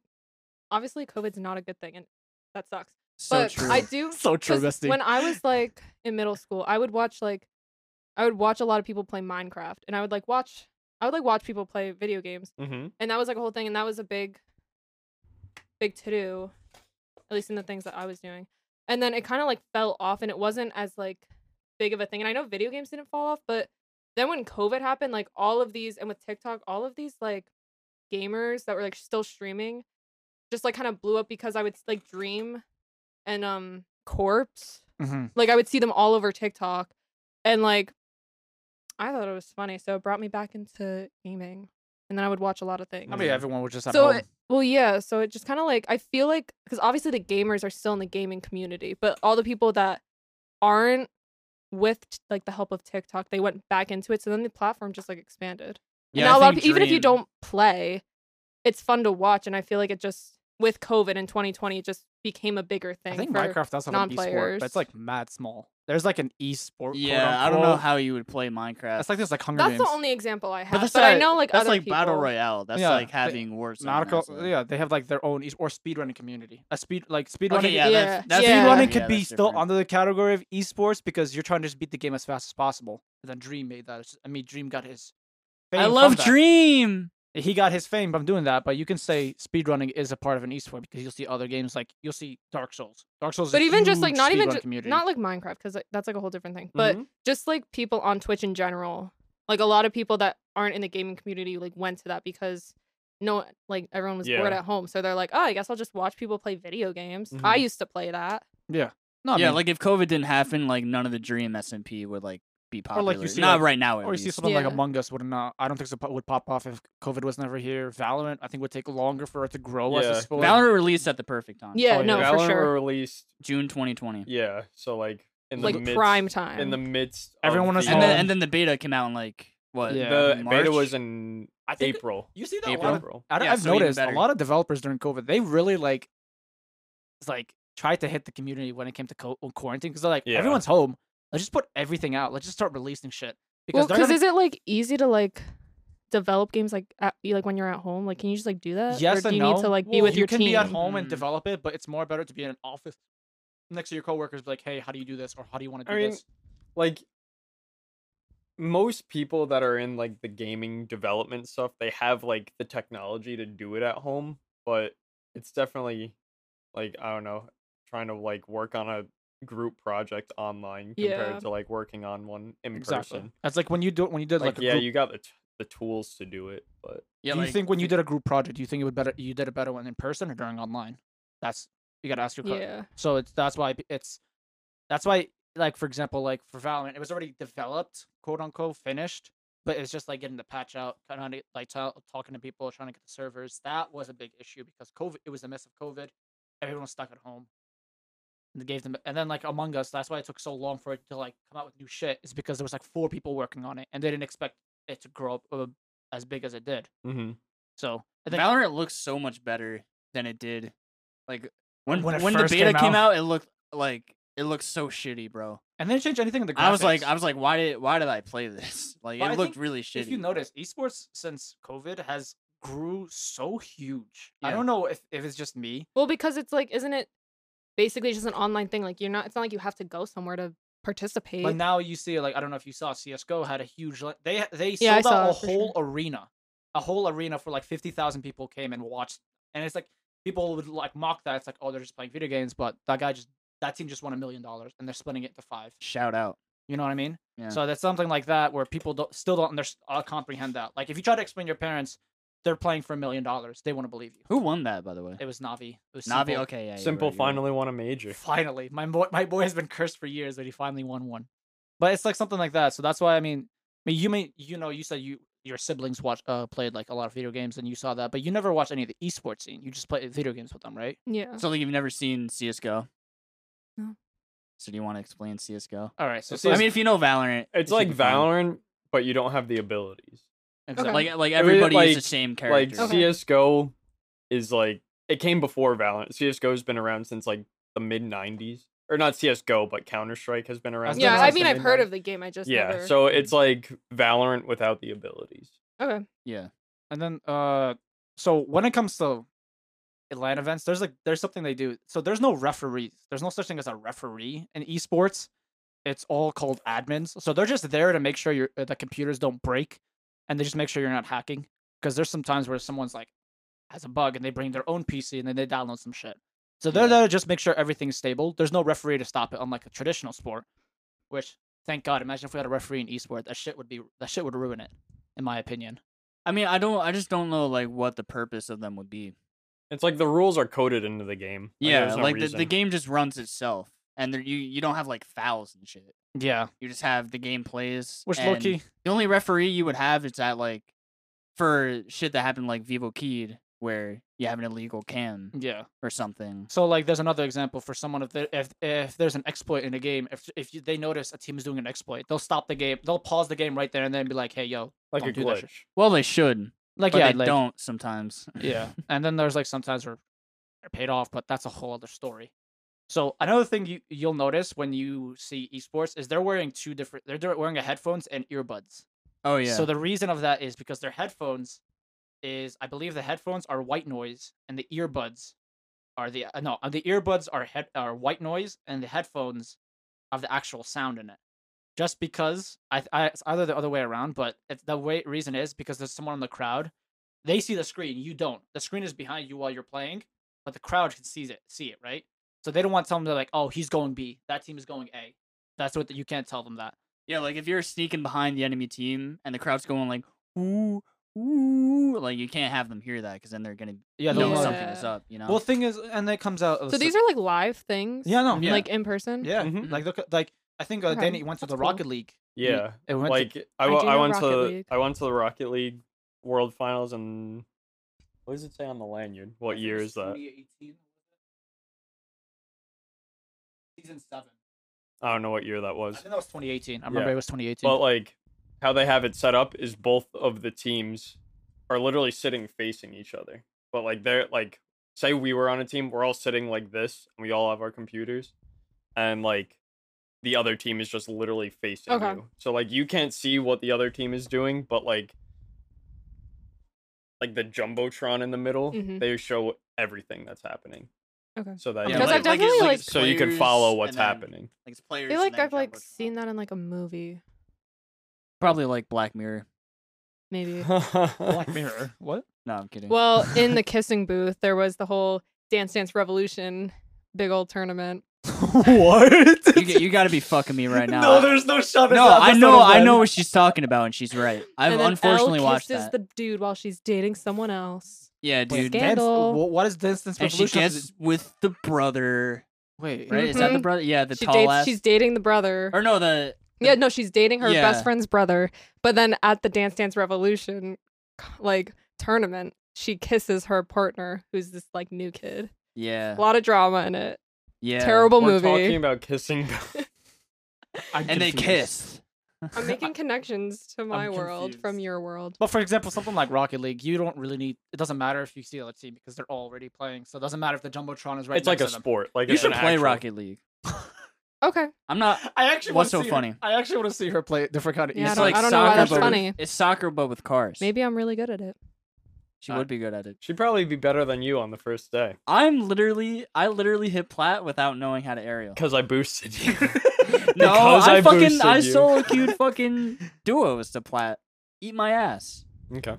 Speaker 3: obviously COVID's not a good thing, and that sucks.
Speaker 1: So
Speaker 3: but
Speaker 1: true.
Speaker 3: I do
Speaker 2: So
Speaker 3: 'Cause When I was like in middle school, I would watch like I would watch a lot of people play Minecraft and I would like watch I would like watch people play video games.
Speaker 4: Mm-hmm.
Speaker 3: And that was like a whole thing and that was a big big to do at least in the things that I was doing. And then it kind of like fell off and it wasn't as like big of a thing. And I know video games didn't fall off, but then when COVID happened, like all of these and with TikTok, all of these like gamers that were like still streaming just like kind of blew up because I would like dream and um corpse
Speaker 2: hmm
Speaker 3: like I would see them all over TikTok, and like I thought it was funny, so it brought me back into gaming, and then I would watch a lot of things.
Speaker 2: I mean, everyone was just at
Speaker 3: So
Speaker 2: home.
Speaker 3: it- well, yeah, so it just kind of like I feel like because obviously the gamers are still in the gaming community, but all the people that aren't with t- like the help of TikTok, they went back into it, so then the platform just like expanded.
Speaker 1: Yeah,
Speaker 3: and now
Speaker 1: I
Speaker 3: a lot of
Speaker 1: think
Speaker 3: pe- even if you
Speaker 1: Dream-
Speaker 3: don't play, it's fun to watch, and I feel like it just with COVID in 2020, it just became a bigger thing.
Speaker 2: I think
Speaker 3: for-
Speaker 2: Minecraft does have an esport, but
Speaker 3: non-players.
Speaker 2: it's like mad small. There's like an esport.
Speaker 1: Yeah, I don't know how you would play Minecraft.
Speaker 2: It's like this, like Hunger
Speaker 3: That's
Speaker 2: Games.
Speaker 3: the only example I have. But,
Speaker 1: that's
Speaker 3: I
Speaker 1: not-
Speaker 3: know like
Speaker 1: that's
Speaker 3: other
Speaker 1: like battle
Speaker 3: people-
Speaker 1: royale. That's
Speaker 2: Yeah,
Speaker 1: like
Speaker 2: but
Speaker 1: having Warzone.
Speaker 2: nautical.
Speaker 1: that's like-
Speaker 2: Yeah, they have like their own es- or speedrunning community. A speed like speedrunning.
Speaker 1: Okay, yeah,
Speaker 3: Yeah.
Speaker 1: That's, that's
Speaker 3: Yeah.
Speaker 1: different.
Speaker 2: speedrunning
Speaker 1: Yeah,
Speaker 2: could be
Speaker 1: that's
Speaker 2: still
Speaker 1: different.
Speaker 2: under the category of esports because you're trying to just beat the game as fast as possible. And then Dream made that. I mean, Dream got his. Fame
Speaker 1: I
Speaker 2: from
Speaker 1: love
Speaker 2: that.
Speaker 1: Dream.
Speaker 2: He got his fame from doing that, but you can say speedrunning is a part of an esport because you'll see other games like you'll see Dark Souls. Dark Souls, is
Speaker 3: But
Speaker 2: a
Speaker 3: even just like
Speaker 2: huge
Speaker 3: not even
Speaker 2: speedrun
Speaker 3: ju-
Speaker 2: community. Mm-hmm.
Speaker 3: not like Minecraft because that's like a whole different thing. But
Speaker 4: Mhm.
Speaker 3: just like people on Twitch in general, like a lot of people that aren't in the gaming community like went to that because no, like everyone was bored
Speaker 4: Yeah.
Speaker 3: at home, so they're like, oh, I guess I'll just watch people play video games. I
Speaker 2: Mm-hmm.
Speaker 4: Mhm.
Speaker 3: used to play that.
Speaker 2: no, I
Speaker 1: yeah,
Speaker 2: mean,
Speaker 1: like if COVID didn't happen, like none of the Dream SMP would like be popular.
Speaker 2: like, you see,
Speaker 1: Not
Speaker 2: like-
Speaker 1: right now. At
Speaker 2: or you see
Speaker 1: least.
Speaker 2: something
Speaker 3: Yeah.
Speaker 2: like Among Us would not. I don't think so, would pop off if COVID was never here. Valorant, I think would take longer for it to grow. I
Speaker 4: Yeah.
Speaker 2: suppose.
Speaker 1: Valorant released at the perfect time.
Speaker 3: Yeah,
Speaker 2: Oh,
Speaker 3: no,
Speaker 2: yeah.
Speaker 4: Valorant
Speaker 3: for sure.
Speaker 4: were released
Speaker 1: June 2020.
Speaker 4: yeah, so like in the
Speaker 3: Like
Speaker 4: midst,
Speaker 3: prime time.
Speaker 4: in the midst of
Speaker 2: Everyone was
Speaker 4: the,
Speaker 1: And then
Speaker 2: Um,
Speaker 1: and then the beta came out in like what?
Speaker 2: Yeah.
Speaker 4: the
Speaker 1: March?
Speaker 4: beta was in
Speaker 2: I think
Speaker 4: April.
Speaker 2: you see that a lot
Speaker 1: April.
Speaker 2: of
Speaker 4: April.
Speaker 2: I,
Speaker 1: Yeah,
Speaker 2: I've
Speaker 1: so even
Speaker 2: noticed a
Speaker 1: better.
Speaker 2: lot of developers during COVID, they really like, it's like tried to hit the community when it came to co- well, quarantine because they're like,
Speaker 4: Yeah.
Speaker 2: everyone's home. Let's just put everything out. Let's just start releasing shit because
Speaker 3: Well, because
Speaker 2: they're gonna-
Speaker 3: is it like easy to like develop games like at, you- like when you're at home? Like, can you just like do that?
Speaker 2: yes
Speaker 3: or do
Speaker 2: and
Speaker 3: you
Speaker 2: no.
Speaker 3: need to like be
Speaker 2: Well,
Speaker 3: with
Speaker 2: you
Speaker 3: your
Speaker 2: can
Speaker 3: team?
Speaker 2: be at home and
Speaker 1: Mhm.
Speaker 2: develop it, but it's more better to be in an office next to your coworkers. Be like, hey, how do you do this, or how do you want to
Speaker 4: I
Speaker 2: do
Speaker 4: mean,
Speaker 2: this?
Speaker 4: like most people that are in like the gaming development stuff, they have like the technology to do it at home, but it's definitely like I don't know, trying to like work on a group project online compared
Speaker 3: Yeah.
Speaker 4: to like working on one in
Speaker 2: Exactly.
Speaker 4: person.
Speaker 2: That's like when you do when you did
Speaker 4: Like,
Speaker 2: like, a
Speaker 4: yeah,
Speaker 2: group,
Speaker 4: you got the t- the tools to do it, but
Speaker 1: Yeah,
Speaker 2: do you
Speaker 1: like,
Speaker 2: think when you did a group project, do you think it would better you did it better when in person or during online? That's you got to ask your co-
Speaker 3: Yeah.
Speaker 2: So it's that's why p- it's that's why like for example, like for Valorant, it was already developed, quote unquote, finished, but it's just like getting the patch out, kind of like tell talking to people, trying to get the servers. That was a big issue because COVID. It was the midst of COVID. Everyone was stuck at home. And they gave them, and then like Among Us. That's why it took so long for it to like come out with new shit. Is because there was like four people working on it, and they didn't expect it to grow up uh, as big as it did.
Speaker 4: Mm-hmm.
Speaker 2: So I think
Speaker 1: Valorant looks so much better than it did. Like when
Speaker 2: When
Speaker 1: when,
Speaker 2: it
Speaker 1: the
Speaker 2: first
Speaker 1: beta
Speaker 2: came
Speaker 1: came
Speaker 2: out.
Speaker 1: out. it looked like it looked so shitty, bro.
Speaker 2: and they didn't change anything in the graphics.
Speaker 1: I was like, I was like, why did why did I play this? Like
Speaker 2: But I
Speaker 1: it looked
Speaker 2: think
Speaker 1: really shitty.
Speaker 2: if you notice, esports since COVID has grew so huge. I
Speaker 1: Yeah.
Speaker 2: don't know if, if it's just me.
Speaker 3: Well, because it's like, isn't it basically just an online thing? Like you're not. It's not like you have to go somewhere to participate.
Speaker 2: But now you see, like, I don't know if you saw CS:GO had a huge. li- They they sold
Speaker 3: Yeah, I
Speaker 2: out
Speaker 3: saw
Speaker 2: a
Speaker 3: it for sure.
Speaker 2: whole arena, a whole arena for like fifty thousand people came and watched, and it's like people would like mock that. It's like, oh, they're just playing video games, but that guy just that team just won a million dollars, and they're splitting it to five.
Speaker 1: Shout out.
Speaker 2: You know what I mean?
Speaker 1: Yeah.
Speaker 2: So that's something like that where people don't, still don't under, uh, comprehend that. Like if you try to explain to your parents they're playing for a million dollars, they want to believe you.
Speaker 1: Who won that by the way?
Speaker 2: It was Navi. It was
Speaker 1: Navi.
Speaker 2: simple.
Speaker 1: Okay, yeah. you're
Speaker 4: Simple
Speaker 1: right, you're right.
Speaker 4: finally won a major.
Speaker 2: Finally, my boy, my boy has been cursed for years, but he finally won one. But it's like something like that. So that's why I mean, I mean, you mean you know, you said you your siblings watch uh played like a lot of video games and you saw that, but you never watched any of the esports scene. You just play video games with them, right?
Speaker 3: yeah.
Speaker 1: Something you've never seen CS:GO.
Speaker 3: Oh. No.
Speaker 1: So do you want to explain CS:GO?
Speaker 2: All right. So
Speaker 4: It's
Speaker 2: see,
Speaker 1: I mean, if you know Valorant, it
Speaker 4: It's
Speaker 1: should
Speaker 4: like
Speaker 1: be fine.
Speaker 4: Valorant, but you don't have the abilities.
Speaker 2: exactly.
Speaker 1: Like like
Speaker 4: I mean,
Speaker 1: everybody is the
Speaker 4: like-
Speaker 1: same
Speaker 4: Like
Speaker 1: character.
Speaker 3: Okay.
Speaker 4: CS:GO is like it came before Valorant. CS:GO's been around since like the mid '90s, or not CS:GO, but Counter Strike has been around.
Speaker 2: That's
Speaker 4: since,
Speaker 3: Yeah,
Speaker 2: been
Speaker 3: I
Speaker 4: like,
Speaker 2: since
Speaker 3: mean,
Speaker 4: the
Speaker 3: I've heard
Speaker 4: mid-
Speaker 3: of the game. I just
Speaker 4: Yeah,
Speaker 3: Never...
Speaker 4: so it's like Valorant without the abilities.
Speaker 3: okay.
Speaker 1: Yeah.
Speaker 2: And then uh so when it comes to Atlanta events, there's like there's something they do. So there's no referees. There's no such thing as a referee in esports. It's all called admins. So they're just there to make sure your uh, the computers don't break and they just make sure you're not hacking because there's some times where someone's like has a bug and they bring their own PC and then they download some shit. So they're
Speaker 1: Yeah.
Speaker 2: there to just make sure everything's stable. There's no referee to stop it unlike a traditional sport, which thank God, imagine if we had a referee in esports, that shit would be that shit would ruin it in my opinion.
Speaker 1: I mean, I don't. I just don't know like what the purpose of them would be.
Speaker 4: It's like the rules are coded into the game.
Speaker 1: yeah,
Speaker 4: there's no
Speaker 1: like the, the
Speaker 4: reason.
Speaker 1: game just runs itself, and there, you you don't have like fouls and shit.
Speaker 2: Yeah.
Speaker 1: You just have the game plays.
Speaker 2: Which
Speaker 1: and
Speaker 2: low key
Speaker 1: the only referee you would have is at like for shit that happened like Vivo Keyed, where you have an illegal
Speaker 4: Mm.
Speaker 1: cam
Speaker 2: Yeah.
Speaker 1: or something.
Speaker 2: So like, there's another example for someone if there, if if there's an exploit in a game, if if you, they notice a team is doing an exploit, they'll stop the game, they'll pause the game right there, and then be like, hey yo,
Speaker 4: like
Speaker 2: don't
Speaker 4: a
Speaker 2: do that shit.
Speaker 4: glitch.
Speaker 1: Well, they should,
Speaker 2: like
Speaker 1: but
Speaker 2: yeah,
Speaker 1: they
Speaker 2: like,
Speaker 1: don't sometimes.
Speaker 2: yeah. And then there's like sometimes they're, they're paid off, but that's a whole other story. So another thing you you'll notice when you see esports is they're wearing two different. They're do- wearing a headphones and earbuds.
Speaker 1: Oh yeah.
Speaker 2: So the reason of that is because their headphones is I believe the headphones are white noise and the earbuds are the uh, no, uh, the earbuds are head are white noise and the headphones have the actual sound in it. Just because I, th- I it's either the other way around, but it's the way reason is because there's someone in the crowd. They see the screen, you don't. The screen is behind you while you're playing, but the crowd can see it, see it, right? So they don't want someone to like, oh, he's going B, that team is going A. That's what you can't tell them that.
Speaker 1: yeah, like if you're sneaking behind the enemy team and the crowd's going like ooh ooh, like you can't have them hear that because then they're gonna
Speaker 2: Yeah,
Speaker 1: know
Speaker 2: they'll know.
Speaker 1: something is
Speaker 3: Yeah.
Speaker 1: up. You know.
Speaker 2: Well, thing is, and that comes out.
Speaker 3: So these are like live things.
Speaker 2: yeah, no,
Speaker 1: Yeah. Mm-hmm.
Speaker 3: Like in person.
Speaker 2: yeah,
Speaker 4: Mhm.
Speaker 2: like look, at- like I think uh,
Speaker 3: Okay,
Speaker 2: Danny went to
Speaker 3: that's
Speaker 2: the
Speaker 3: cool.
Speaker 2: Rocket League. He-
Speaker 4: Yeah,
Speaker 2: it went
Speaker 4: like
Speaker 2: to,
Speaker 4: I,
Speaker 3: I
Speaker 4: wa-
Speaker 3: do
Speaker 4: I
Speaker 3: know
Speaker 4: went to
Speaker 3: Rocket
Speaker 4: the-
Speaker 3: League.
Speaker 4: I went to the Rocket League World Finals and what does it say on the lanyard? What year is that?
Speaker 2: Season seven.
Speaker 4: I don't know what year that
Speaker 2: I
Speaker 4: was.
Speaker 2: think that was 2018. I remember
Speaker 4: Yeah.
Speaker 2: it was 2018.
Speaker 4: But like how they have it set up is both of the teams are literally sitting facing each other. But like they're like say we were on a team, we're all sitting like this and we all have our computers and like the other team is just literally facing
Speaker 3: Okay.
Speaker 4: you. So like you can't see what the other team is doing, but like like the jumbotron in the middle,
Speaker 3: Mhm.
Speaker 4: they show everything that's happening.
Speaker 3: Okay.
Speaker 4: So that
Speaker 1: Yeah,
Speaker 4: you,
Speaker 3: Because
Speaker 4: like-
Speaker 3: I've definitely,
Speaker 1: it's-
Speaker 3: like-
Speaker 1: it's
Speaker 4: so you can
Speaker 1: players
Speaker 4: follow
Speaker 1: and
Speaker 4: what's
Speaker 1: then-
Speaker 4: happening.
Speaker 1: Like it's players.
Speaker 3: I feel
Speaker 1: and
Speaker 3: like
Speaker 1: then
Speaker 3: I've like
Speaker 1: Jumbotron.
Speaker 3: seen that in like a movie,
Speaker 1: Probably like Black Mirror.
Speaker 3: maybe.
Speaker 2: Black Mirror. What?
Speaker 1: No, I'm kidding.
Speaker 3: well, in the kissing booth, there was the whole Dance Dance Revolution big old tournament.
Speaker 2: what?
Speaker 1: you, g- you got to be fucking me right now.
Speaker 2: No, there's no shot.
Speaker 1: no. I know, I know what she's talking about, and she's right. I've
Speaker 3: and then
Speaker 1: unfortunately
Speaker 3: Elle
Speaker 1: watched
Speaker 3: kisses
Speaker 1: that.
Speaker 3: the dude while she's dating someone else.
Speaker 1: Yeah, dude.
Speaker 3: Scandal.
Speaker 2: What is distance
Speaker 1: And she
Speaker 2: revolution? have to do-
Speaker 1: gets with the brother.
Speaker 2: Wait.
Speaker 1: Right? Is that the
Speaker 3: Mhm.
Speaker 1: brother? Yeah, the
Speaker 3: she
Speaker 1: tall
Speaker 3: dates,
Speaker 1: ass.
Speaker 3: She's dating the brother.
Speaker 1: or no, the
Speaker 3: yeah, no, she's dating her
Speaker 1: Yeah.
Speaker 3: best friend's brother. But then at the Dance Dance Revolution, like tournament, she kisses her partner, who's this like new kid.
Speaker 1: yeah,
Speaker 3: A lot of drama in it.
Speaker 1: yeah.
Speaker 3: Terrible
Speaker 4: We're
Speaker 3: movie.
Speaker 4: talking about kissing.
Speaker 2: I'm
Speaker 1: And they
Speaker 2: confused.
Speaker 1: kissed.
Speaker 3: I'm making connections to my world
Speaker 2: confused.
Speaker 3: from your world.
Speaker 2: But for example, something like Rocket League, you don't really need. It doesn't matter if you see the other team because they're already playing. So it doesn't matter if the jumbotron is right.
Speaker 4: it's like a
Speaker 2: next to them.
Speaker 4: sport. Like
Speaker 1: You
Speaker 4: it's
Speaker 1: should
Speaker 4: an
Speaker 1: play
Speaker 4: actual-
Speaker 1: Rocket League.
Speaker 3: Okay.
Speaker 1: I'm not.
Speaker 2: I actually.
Speaker 1: What's so
Speaker 2: wanna see
Speaker 1: funny?
Speaker 2: Her, I actually want to see her play different kind of.
Speaker 3: Yeah, I
Speaker 1: it's
Speaker 3: don't-
Speaker 1: like
Speaker 3: I don't know why
Speaker 1: soccer,
Speaker 3: that's
Speaker 1: but with-
Speaker 3: funny.
Speaker 1: It's soccer, but with cars.
Speaker 3: Maybe I'm really good at it.
Speaker 1: she
Speaker 2: Uh,
Speaker 1: would be good at it.
Speaker 4: She'd probably be better than you on the first day
Speaker 1: I'm literally, I literally hit plat without knowing how to aerial.
Speaker 4: because I boosted you.
Speaker 1: No,
Speaker 4: Because
Speaker 1: I,
Speaker 4: I
Speaker 1: fucking,
Speaker 4: boosted
Speaker 1: I
Speaker 4: you.
Speaker 1: solo queued fucking duos to plat. Eat my ass.
Speaker 4: okay,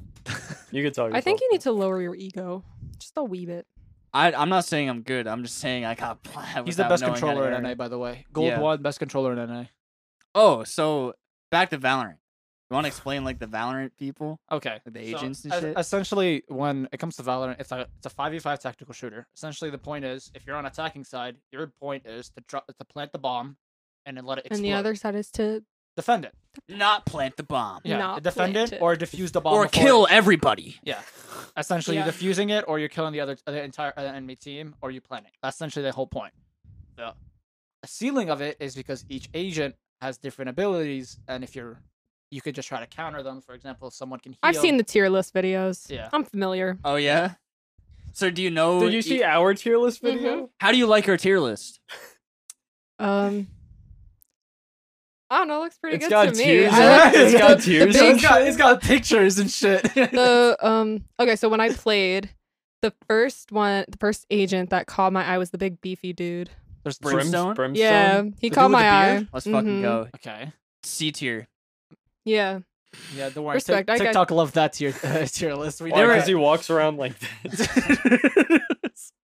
Speaker 4: you could tell.
Speaker 3: I think
Speaker 4: yourself that.
Speaker 3: you need to lower your ego just a wee bit.
Speaker 1: I, I'm not saying I'm good. I'm just saying I got plat.
Speaker 2: He's the
Speaker 1: without
Speaker 2: best
Speaker 1: knowing how to
Speaker 2: controller in
Speaker 1: aerial.
Speaker 2: NA, by the way. Gold
Speaker 1: Yeah.
Speaker 2: one, best controller in NA.
Speaker 1: Oh, so back to Valorant. You want to explain like the Valorant people,
Speaker 2: Okay.
Speaker 1: like the
Speaker 2: So,
Speaker 1: agents
Speaker 2: es-
Speaker 1: and shit?
Speaker 2: Essentially, when it comes to Valorant, it's a it's a five v five tactical shooter. Essentially, the point is, if you're on attacking side, your point is to drop to plant the bomb, and then let it explode.
Speaker 3: And the other side is to
Speaker 2: defend it,
Speaker 1: Not plant the bomb
Speaker 2: yeah,
Speaker 3: Not
Speaker 2: defend
Speaker 3: plant
Speaker 2: it
Speaker 3: it.
Speaker 2: or defuse the bomb
Speaker 1: or
Speaker 2: before it-
Speaker 1: kill everybody.
Speaker 2: Yeah, essentially,
Speaker 3: Yeah.
Speaker 2: you're defusing it or you're killing the other the entire uh, enemy team, or you plant it. That's essentially the whole point. The ceiling of it is because each agent has different abilities, and if you're you could just try to counter them. For example, if someone can. Heal,
Speaker 3: I've seen the tier list videos.
Speaker 2: Yeah.
Speaker 3: I'm familiar.
Speaker 1: Oh yeah. So do you know?
Speaker 4: Did you
Speaker 1: e-
Speaker 4: see our tier list
Speaker 3: Mm-hmm.
Speaker 4: video?
Speaker 1: How do you like our tier list?
Speaker 3: Um I don't know, it looks pretty
Speaker 4: It's
Speaker 3: good
Speaker 4: got
Speaker 3: to me.
Speaker 4: tears
Speaker 3: I
Speaker 4: in
Speaker 3: like
Speaker 4: it. It's
Speaker 3: the-
Speaker 4: got
Speaker 3: the
Speaker 4: tears in
Speaker 3: big-
Speaker 4: it. got- it's
Speaker 2: got pictures and shit.
Speaker 3: the um okay so when i played the first one the first agent that caught my eye was the big beefy dude
Speaker 2: There's
Speaker 1: Brim- Brimstone?
Speaker 4: Brimstone?
Speaker 3: yeah he
Speaker 2: The dude
Speaker 3: caught
Speaker 2: with the
Speaker 3: my eye
Speaker 2: beard?
Speaker 1: Let's fucking
Speaker 3: Mhm.
Speaker 1: go.
Speaker 2: Okay.
Speaker 1: C tier.
Speaker 3: yeah
Speaker 2: Yeah, don't worry.
Speaker 3: Respect, I
Speaker 2: Tik-
Speaker 3: got-
Speaker 2: TikTok loved that tier uh, tier list. We
Speaker 4: Why?
Speaker 1: They were-
Speaker 4: Because he walks around like this.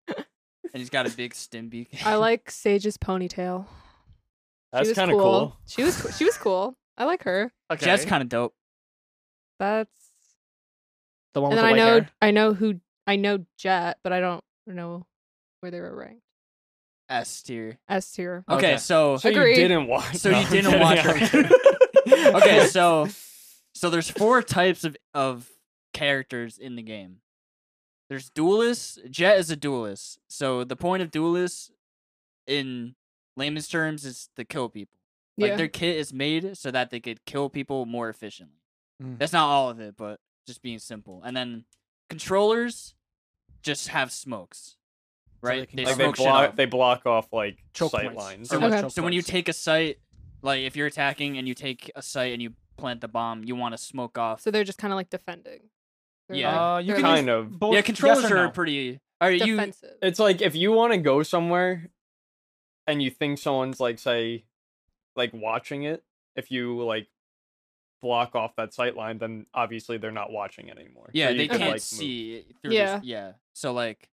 Speaker 1: And he's got a big stim beak.
Speaker 3: i like sage's ponytail
Speaker 4: That's
Speaker 3: she was
Speaker 4: kind
Speaker 3: cool.
Speaker 4: of cool.
Speaker 3: she was co- she was cool i like her
Speaker 2: okay.
Speaker 1: Jet's kind of dope.
Speaker 3: that's
Speaker 2: the one
Speaker 3: and
Speaker 2: with
Speaker 3: then
Speaker 2: the
Speaker 3: i
Speaker 2: white
Speaker 3: know
Speaker 2: hair.
Speaker 3: i know who i know jet but i don't know where they were ranked
Speaker 1: S tier.
Speaker 3: s tier
Speaker 1: Okay,
Speaker 2: Okay.
Speaker 1: so
Speaker 4: So
Speaker 3: Agreed.
Speaker 4: you didn't watch.
Speaker 1: So
Speaker 4: no,
Speaker 1: you
Speaker 4: I'm
Speaker 1: didn't
Speaker 4: kidding,
Speaker 1: watch
Speaker 4: I'm
Speaker 1: her.
Speaker 4: kidding.
Speaker 1: okay, so so there's four types of of characters in the game. There's duelists. Jet is a duelist. So the point of duelists, in layman's terms, is to kill people. Like
Speaker 3: yeah
Speaker 1: their kit is made so that they could kill people more efficiently.
Speaker 2: Mm.
Speaker 1: That's not all of it, but just being simple. And then controllers just have smokes,
Speaker 2: they
Speaker 1: right?
Speaker 2: can
Speaker 1: they
Speaker 2: kill.
Speaker 4: like they
Speaker 1: smoke shit
Speaker 4: block,
Speaker 1: up.
Speaker 4: they block off like
Speaker 2: Choke
Speaker 4: sight
Speaker 2: points.
Speaker 4: lines.
Speaker 2: Or
Speaker 1: So, when-
Speaker 3: Okay.
Speaker 2: choke
Speaker 1: so when you
Speaker 2: points.
Speaker 1: take a sight, like if you're attacking and you take a sight and you plant the bomb, you want to smoke off.
Speaker 3: so they're just kind of like defending They're,
Speaker 1: Yeah.
Speaker 3: like,
Speaker 2: uh, you
Speaker 3: they're
Speaker 2: can
Speaker 3: like
Speaker 4: kind of.
Speaker 2: both
Speaker 1: yeah,
Speaker 2: yes
Speaker 1: controllers
Speaker 2: or
Speaker 1: are
Speaker 2: no.
Speaker 1: pretty. Are you?
Speaker 3: defensive
Speaker 4: It's like if you want to go somewhere, and you think someone's like say, like watching it. If you like block off that sight line, then obviously they're not watching it anymore. So
Speaker 1: Yeah,
Speaker 4: you
Speaker 1: they
Speaker 4: can,
Speaker 1: can't
Speaker 4: like, move.
Speaker 1: see it through. Yeah,
Speaker 3: Yeah.
Speaker 1: yeah. So like,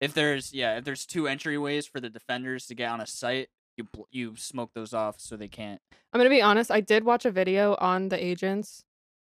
Speaker 1: if there's yeah, if there's two entryways for the defenders to get on a site, you bl- you smoke those off so they can't.
Speaker 3: I'm gonna be honest. I did watch a video on the agents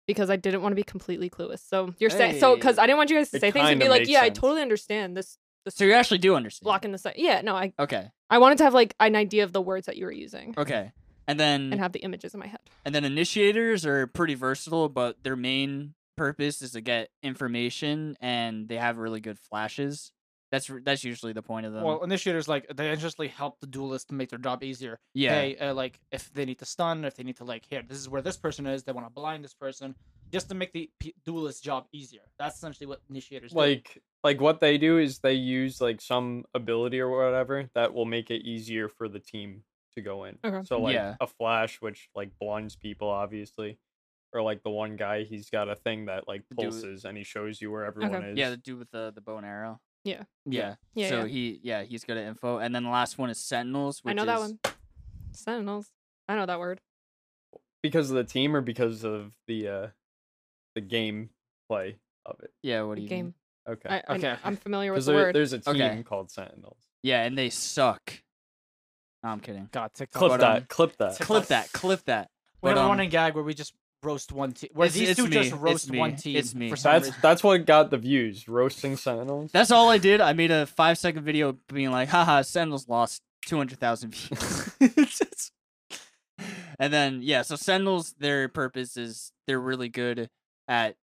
Speaker 3: because I didn't want to be completely clueless. So you're saying so because
Speaker 1: Hey.
Speaker 3: I didn't want you guys to
Speaker 4: It
Speaker 3: say things and
Speaker 4: kinda
Speaker 3: be like,
Speaker 4: makes
Speaker 3: yeah, I
Speaker 4: sense.
Speaker 3: totally understand this
Speaker 1: So you actually do understand.
Speaker 3: blocking the site. Yeah, no, I
Speaker 1: Okay.
Speaker 3: I wanted to have like an idea of the words that you were using
Speaker 1: Okay. And then
Speaker 3: and have the images in my head.
Speaker 1: and then initiators are pretty versatile, but their main purpose is to get information, and they have really good flashes. That's r- that's usually the point of them.
Speaker 2: Well, uh, initiators like they essentially help the duelist make their job easier.
Speaker 1: yeah.
Speaker 2: Hey, uh, like if they need to stun, if they need to like here, this is where this person is. They want to blind this person just to make the p- duelist job easier. That's essentially what initiators do.
Speaker 4: like like what they do is they use like some ability or whatever that will make it easier for the team to go in.
Speaker 3: Okay.
Speaker 4: So like
Speaker 1: Yeah.
Speaker 4: a flash which like blinds people obviously. Or like the one guy, he's got a thing that like
Speaker 1: The dude-
Speaker 4: pulses and he shows you where everyone is.
Speaker 1: yeah, the dude with the the bow and arrow.
Speaker 3: Yeah.
Speaker 1: Yeah.
Speaker 3: Yeah,
Speaker 1: so
Speaker 3: yeah.
Speaker 1: he yeah he's good at info, and then the last one is sentinels. Which
Speaker 3: I know that
Speaker 1: is-
Speaker 3: one. Sentinels. I know that word.
Speaker 4: Because of the team or because of the uh the game play of it.
Speaker 1: Yeah. What do you
Speaker 3: Game.
Speaker 1: Mean?
Speaker 4: Okay.
Speaker 3: I, I,
Speaker 2: Okay.
Speaker 3: I'm familiar with
Speaker 4: Because
Speaker 3: the
Speaker 4: there-
Speaker 3: word.
Speaker 4: there's a team
Speaker 1: Okay.
Speaker 4: called Sentinels.
Speaker 1: Yeah, and they suck. No, I'm kidding.
Speaker 2: God, TikTok.
Speaker 4: Clip
Speaker 1: But, um,
Speaker 4: that, clip that.
Speaker 2: Tick-
Speaker 1: Clip that. Clip that.
Speaker 2: We
Speaker 1: But,
Speaker 2: have a
Speaker 1: um,
Speaker 2: running gag where we just roast one team. Where
Speaker 1: It's-
Speaker 2: these
Speaker 1: it's
Speaker 2: two just
Speaker 1: me, it's
Speaker 2: roast one
Speaker 1: me,
Speaker 2: team.
Speaker 1: it's me.
Speaker 2: For some
Speaker 4: That's
Speaker 2: reason.
Speaker 4: that's what got the views. Roasting Sentinels.
Speaker 1: That's all I did. I made a five second video being like, haha, Sentinels lost 200,000 views. and then, yeah, so Sentinels, their purpose is they're really good at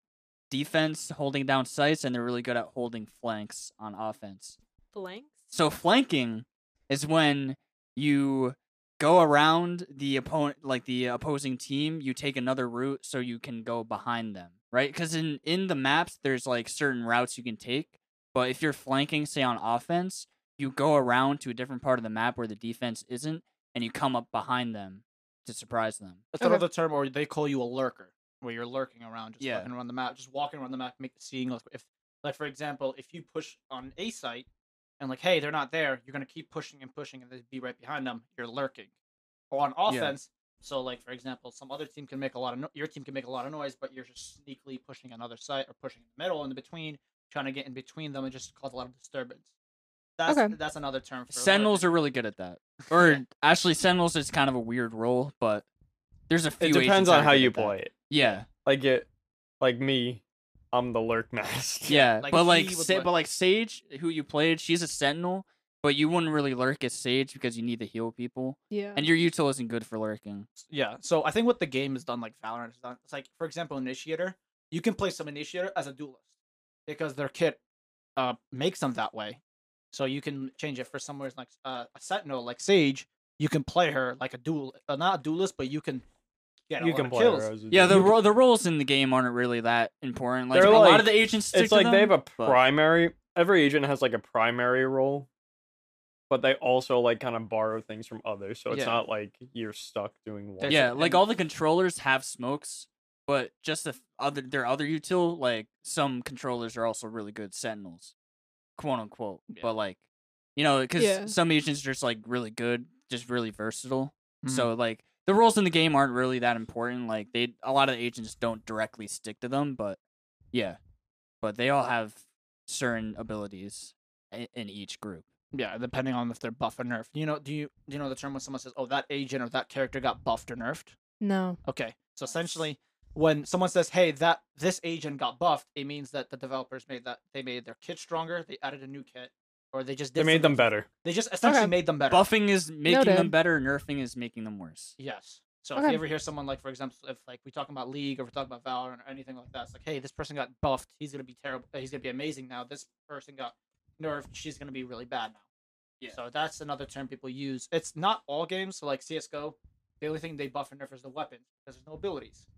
Speaker 1: defense, holding down sights, and they're really good at holding flanks on offense.
Speaker 3: Blanks.
Speaker 1: So flanking is when you go around the opponent, like the opposing team. You take another route so you can go behind them, right? Because in in the maps, there's like certain routes you can take. But if you're flanking, say on offense, you go around to a different part of the map where the defense isn't, and you come up behind them to surprise them.
Speaker 2: That's
Speaker 3: Okay.
Speaker 2: another term, or they call you a lurker, where you're lurking around, just
Speaker 1: Yeah.
Speaker 2: fucking around the map, just walking around the map, make, seeing like if, like for example, if you push on a site, and like hey they're not there, you're gonna keep pushing and pushing, and they'd be right behind them. You're lurking, or on offense. So like for example, some other team can make a lot of no- your team can make a lot of noise, but you're just sneakily pushing another site or pushing in the middle, in the between, trying to get in between them and just cause a lot of disturbance. That's
Speaker 3: Okay.
Speaker 2: that's another term for
Speaker 1: Sentinels
Speaker 2: lurking.
Speaker 1: are really good at that. Or actually, Sentinels is kind of a weird role, but there's a few.
Speaker 4: It depends
Speaker 1: agents that
Speaker 4: on
Speaker 1: are
Speaker 4: how
Speaker 1: good
Speaker 4: you
Speaker 1: at that.
Speaker 4: play it.
Speaker 1: Yeah.
Speaker 4: Like it, like me, I'm the lurk mask.
Speaker 1: Yeah,
Speaker 2: like,
Speaker 1: but like,
Speaker 2: he was
Speaker 1: Sa-
Speaker 2: what-
Speaker 1: but like Sage, who you played, she's a Sentinel, but you wouldn't really lurk as Sage because you need to heal people,
Speaker 3: Yeah.
Speaker 1: and your util isn't good for lurking.
Speaker 2: Yeah. So I think what the game has done, like Valorant has done, it's like for example, initiator. You can play some initiator as a duelist because their kit uh makes them that way. So you can change it for somewhere like uh, a sentinel, like Sage. You can play her like a duel, uh, not a duelist, but you can get a
Speaker 4: you
Speaker 2: lot
Speaker 4: can
Speaker 2: of
Speaker 4: play
Speaker 2: kills.
Speaker 4: her as a
Speaker 1: Yeah, the
Speaker 4: dude.
Speaker 1: ro- the roles in the game aren't really that important. Like
Speaker 4: They're
Speaker 1: a lot
Speaker 4: like-
Speaker 1: of the agents stick
Speaker 4: It's
Speaker 1: to
Speaker 4: like they have
Speaker 1: them,
Speaker 4: a
Speaker 1: but-
Speaker 4: primary. Every agent has like a primary role, but they also like kind of borrow things from others. So it's
Speaker 2: Yeah.
Speaker 4: not like you're stuck doing one.
Speaker 2: There's-
Speaker 1: Yeah, like
Speaker 2: and-
Speaker 1: all the controllers have smokes, but just the f- other their other util, like some controllers are also really good Sentinels, quote unquote.
Speaker 2: Yeah.
Speaker 1: But like, you know, because
Speaker 3: Yeah.
Speaker 1: some agents are just like really good, just really versatile.
Speaker 2: Mm-hmm.
Speaker 1: So like the roles in the game aren't really that important. Like they a lot of the agents don't directly stick to them, but yeah. But they all have certain abilities in, in each group.
Speaker 2: yeah, depending on if they're buff or nerfed. You know, do you do you know the term when someone says, "Oh, that agent or that character got buffed or nerfed"?
Speaker 3: No.
Speaker 2: Okay. So essentially, when someone says, "Hey, that this agent got buffed," it means that the developers made that they made their kit stronger, they added a new kit, or they just did
Speaker 4: They made them
Speaker 2: something-
Speaker 4: better.
Speaker 2: They just essentially
Speaker 3: Okay.
Speaker 2: made them better.
Speaker 1: Buffing is making them
Speaker 3: Noted.
Speaker 1: better, nerfing is making them worse.
Speaker 2: Yes. So if
Speaker 3: Okay.
Speaker 2: you ever hear someone like, for example, if like we talking about League or we're talking about Valorant or anything like that, it's like, "Hey, this person got buffed. He's gonna be terrible. He's gonna be amazing now. This person got nerfed. She's gonna be really bad now."
Speaker 1: Yeah.
Speaker 2: So that's another term people use. It's not all games. So like CS:GO, the only thing they buff and nerf is the weapons because there's no abilities.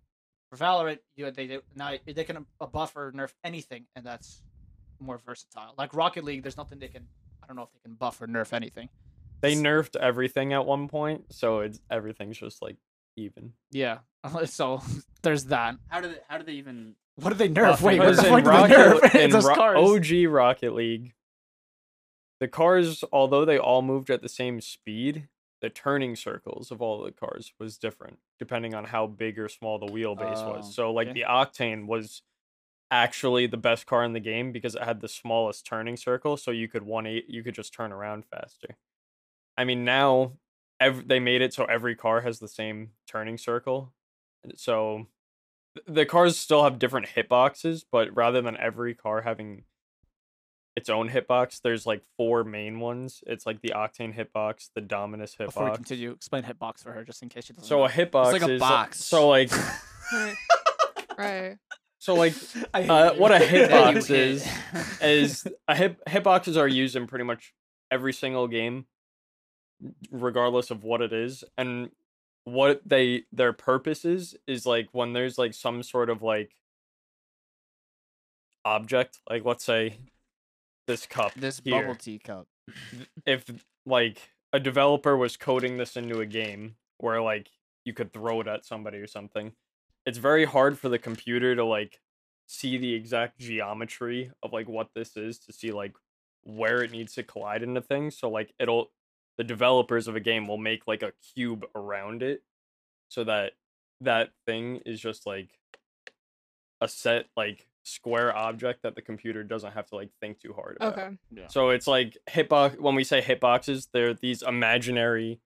Speaker 2: For Valorant, you they they- now they can uh, buff or nerf anything, and that's more versatile. Like Rocket League, there's nothing they can. I don't know if they can buff or nerf anything.
Speaker 4: They
Speaker 2: S-
Speaker 4: nerfed everything at one point, so it's everything's just like even.
Speaker 2: Yeah. so there's that.
Speaker 1: How do they how do they even
Speaker 2: What did they nerf?
Speaker 1: Buff
Speaker 2: Wait, what
Speaker 1: nerfs
Speaker 2: the
Speaker 4: Uh, Because
Speaker 1: and
Speaker 4: in
Speaker 2: fuck did they nerf?
Speaker 4: Rocket,
Speaker 2: It's
Speaker 4: in
Speaker 2: those
Speaker 4: Ro- Oh,
Speaker 2: cars.
Speaker 4: OG Rocket League, the cars, although they all moved at the same speed, the turning circles of all the cars was different depending on how big or small the wheelbase
Speaker 1: Oh,
Speaker 4: was. So, like
Speaker 2: okay.
Speaker 4: the Octane was actually the best car in the game because it had the smallest turning circle, so you could one eight, you could just turn around faster. I mean, now ev- they made it so every car has the same turning circle, so th- the cars still have different hitboxes, but rather than every car having its own hitbox, there's like four main ones. It's like the Octane hitbox, the Dominus
Speaker 2: Before we
Speaker 4: hitbox.
Speaker 2: continue, explain hitbox for her just in case she doesn't.
Speaker 4: So a
Speaker 2: know.
Speaker 4: hitbox
Speaker 1: like a
Speaker 4: is
Speaker 1: box.
Speaker 4: So like
Speaker 3: Right. right.
Speaker 4: so like
Speaker 2: I hate
Speaker 4: uh,
Speaker 2: you.
Speaker 4: what a
Speaker 1: That you
Speaker 4: hitbox
Speaker 1: hit.
Speaker 4: is is a hip hitboxes are used in pretty much every single game, regardless of what it is, and what they their purpose is is like when there's like some sort of like object, like let's say this cup,
Speaker 1: this
Speaker 4: here.
Speaker 1: bubble tea cup?
Speaker 4: if like a developer was coding this into a game where like you could throw it at somebody or something it's very hard for the computer to like see the exact geometry of like what this is to see like where it needs to collide into things so like it'll the developers of a game will make like a cube around it so that that thing is just like a set like square object that the computer doesn't have to like think too hard
Speaker 1: Uh,
Speaker 4: about
Speaker 3: Okay.
Speaker 4: so it's like hitbox. When we say hitboxes, they're these imaginary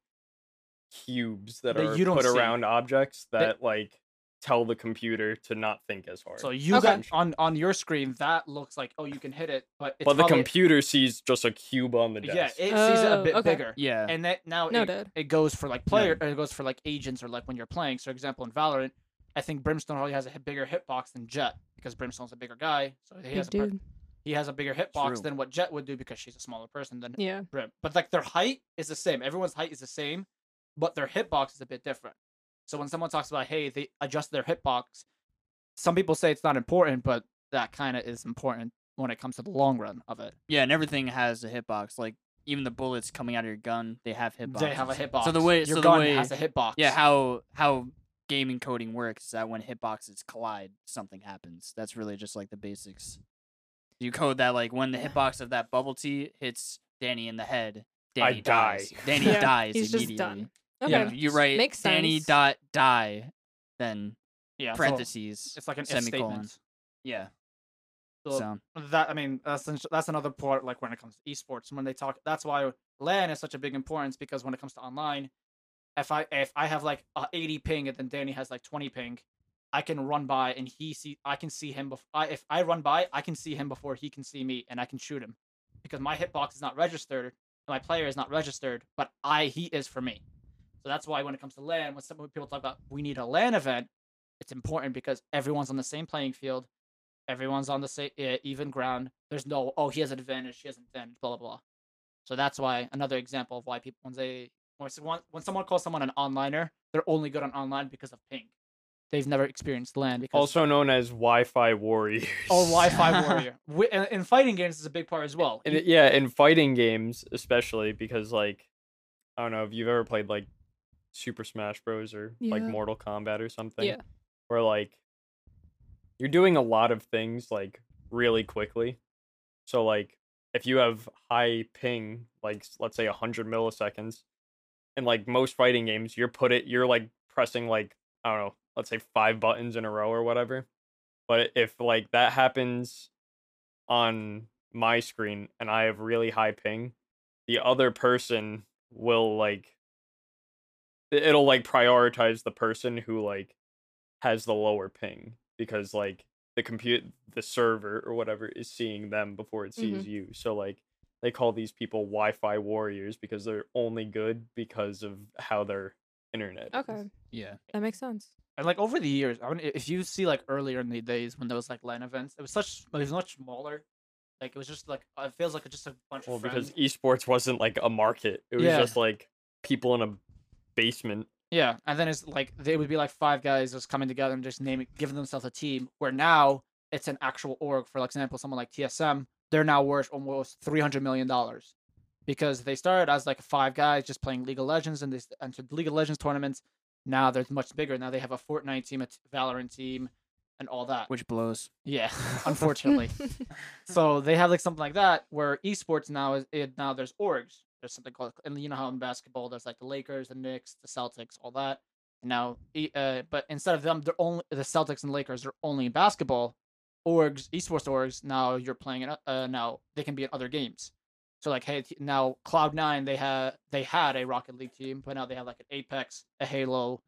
Speaker 4: cubes that
Speaker 2: That
Speaker 4: are
Speaker 2: you don't
Speaker 4: put
Speaker 2: see.
Speaker 4: around objects that like tell the computer to not think as hard.
Speaker 2: So you
Speaker 3: Okay.
Speaker 2: got on on your screen that looks like oh you can hit it, but it's
Speaker 4: but the
Speaker 2: probably-
Speaker 4: computer sees just a cube on the
Speaker 2: yeah
Speaker 4: desk.
Speaker 2: it sees it a
Speaker 3: Oh,
Speaker 2: bit
Speaker 3: okay.
Speaker 2: bigger.
Speaker 1: Yeah.
Speaker 2: And that now it,
Speaker 3: Noted.
Speaker 2: it goes for like player, or it goes for like agents, or like when you're playing. So, for example, in Valorant, I think Brimstone already has a hit- bigger hitbox than Jet because Brimstone's a bigger guy, so he has
Speaker 3: Big
Speaker 2: a per-
Speaker 3: dude.
Speaker 2: he has a bigger hitbox
Speaker 1: True.
Speaker 2: than what Jet would do because she's a smaller person than
Speaker 3: Yeah.
Speaker 2: Brim. But like their height is the same. Everyone's height is the same, but their hitbox is a bit different. So when someone talks about hey, they adjust their hitbox, some people say it's not important, but that kind of is important when it comes to the long run of it.
Speaker 1: Yeah, and everything has a hitbox. Like even the bullets coming out of your gun, they have hitboxes.
Speaker 2: They have a hitbox.
Speaker 1: So the way,
Speaker 2: your
Speaker 1: so the
Speaker 2: gun
Speaker 1: way,
Speaker 2: has a hitbox.
Speaker 1: yeah, how how gaming coding works is that when hitboxes collide, something happens. That's really just like the basics. You code that like when the hitbox of that bubble tea hits Danny in the head,
Speaker 4: I
Speaker 1: Danny dies.
Speaker 4: die.
Speaker 1: Danny
Speaker 3: Yeah,
Speaker 1: dies
Speaker 3: he's just
Speaker 1: immediately.
Speaker 3: done. Okay.
Speaker 1: Yeah, you write
Speaker 3: Makes
Speaker 1: Danny
Speaker 3: sense.
Speaker 1: dot die, then
Speaker 2: yeah, so
Speaker 1: parentheses.
Speaker 2: it's like an if
Speaker 1: semicolon.
Speaker 2: statement.
Speaker 1: Yeah.
Speaker 2: So
Speaker 1: so
Speaker 2: that I mean, that's an- that's another part. Like when it comes to esports, when they talk, that's why LAN is such a big importance because when it comes to online, if I if I have like a 80 ping and then Danny has like 20 ping, I can run by and he see I can see him before I if I run by I can see him before he can see me and I can shoot him because my hitbox is not registered, and my player is not registered, but I he is for me. So that's why when it comes to LAN, when some when people talk about we need a LAN event, it's important because everyone's on the same playing field. Everyone's on the same even ground. There's no oh he has an advantage, she has an advantage, blah blah blah. So that's why another example of why people when they when s- when when someone calls someone an onliner, they're only good on online because of ping. They've never experienced LAN because
Speaker 4: also known as Wi-Fi warriors.
Speaker 2: or Oh, Wi-Fi warrior. Wi- uh, in- in fighting games is a big part as well.
Speaker 4: And it- yeah, in fighting games especially because like I don't know if you've ever played like Super Smash Bros or like
Speaker 3: Yeah.
Speaker 4: Mortal Kombat or something.
Speaker 3: Yeah.
Speaker 4: Where like you're doing a lot of things like really quickly. So like if you have high ping, like s- let's say 100 milliseconds, and like most fighting games, you're put it you're like pressing like I don't know, let's say 5 buttons in a row or whatever. But if like that happens on my screen and I have really high ping, the other person will like it- it'll like prioritize the person who like has the lower ping because like the compute the server or whatever is seeing them before it sees you. So like they call these people Wi-Fi warriors because they're only good because of how their internet.
Speaker 3: Okay.
Speaker 4: is.
Speaker 1: yeah,
Speaker 3: That makes sense.
Speaker 2: And like over the years, I mean, if you see like earlier in the days when there was like LAN events, it was such it was much smaller. Like it was just like uh, it feels like just a bunch
Speaker 4: Well,
Speaker 2: of friends.
Speaker 4: because esports wasn't like a market. It was
Speaker 2: Yeah.
Speaker 4: just like people in a basement.
Speaker 2: yeah, and then it's like they would be like five guys just coming together and just naming giving themselves a team. Where now it's an actual org. For example, someone like TSM, they're now worth almost three hundred million dollars because they started as like five guys just playing League of Legends and they s- entered League of Legends tournaments. Now they're much bigger. Now they have a Fortnite team, a t- Valorant team, and all that.
Speaker 1: which blows.
Speaker 2: Yeah, unfortunately. so they have like something like that where esports now is it now there's orgs. There's something called and you know how in basketball there's like the Lakers, the Knicks, the Celtics, all that. And now, e- uh, but instead of them, they're only the Celtics and Lakers are only in basketball. Orgs, esports orgs. Now you're playing it. Uh, now they can be in other games. So like, hey, t- now Cloud Nine they had they had a Rocket League team, but now they have like an Apex, a Halo,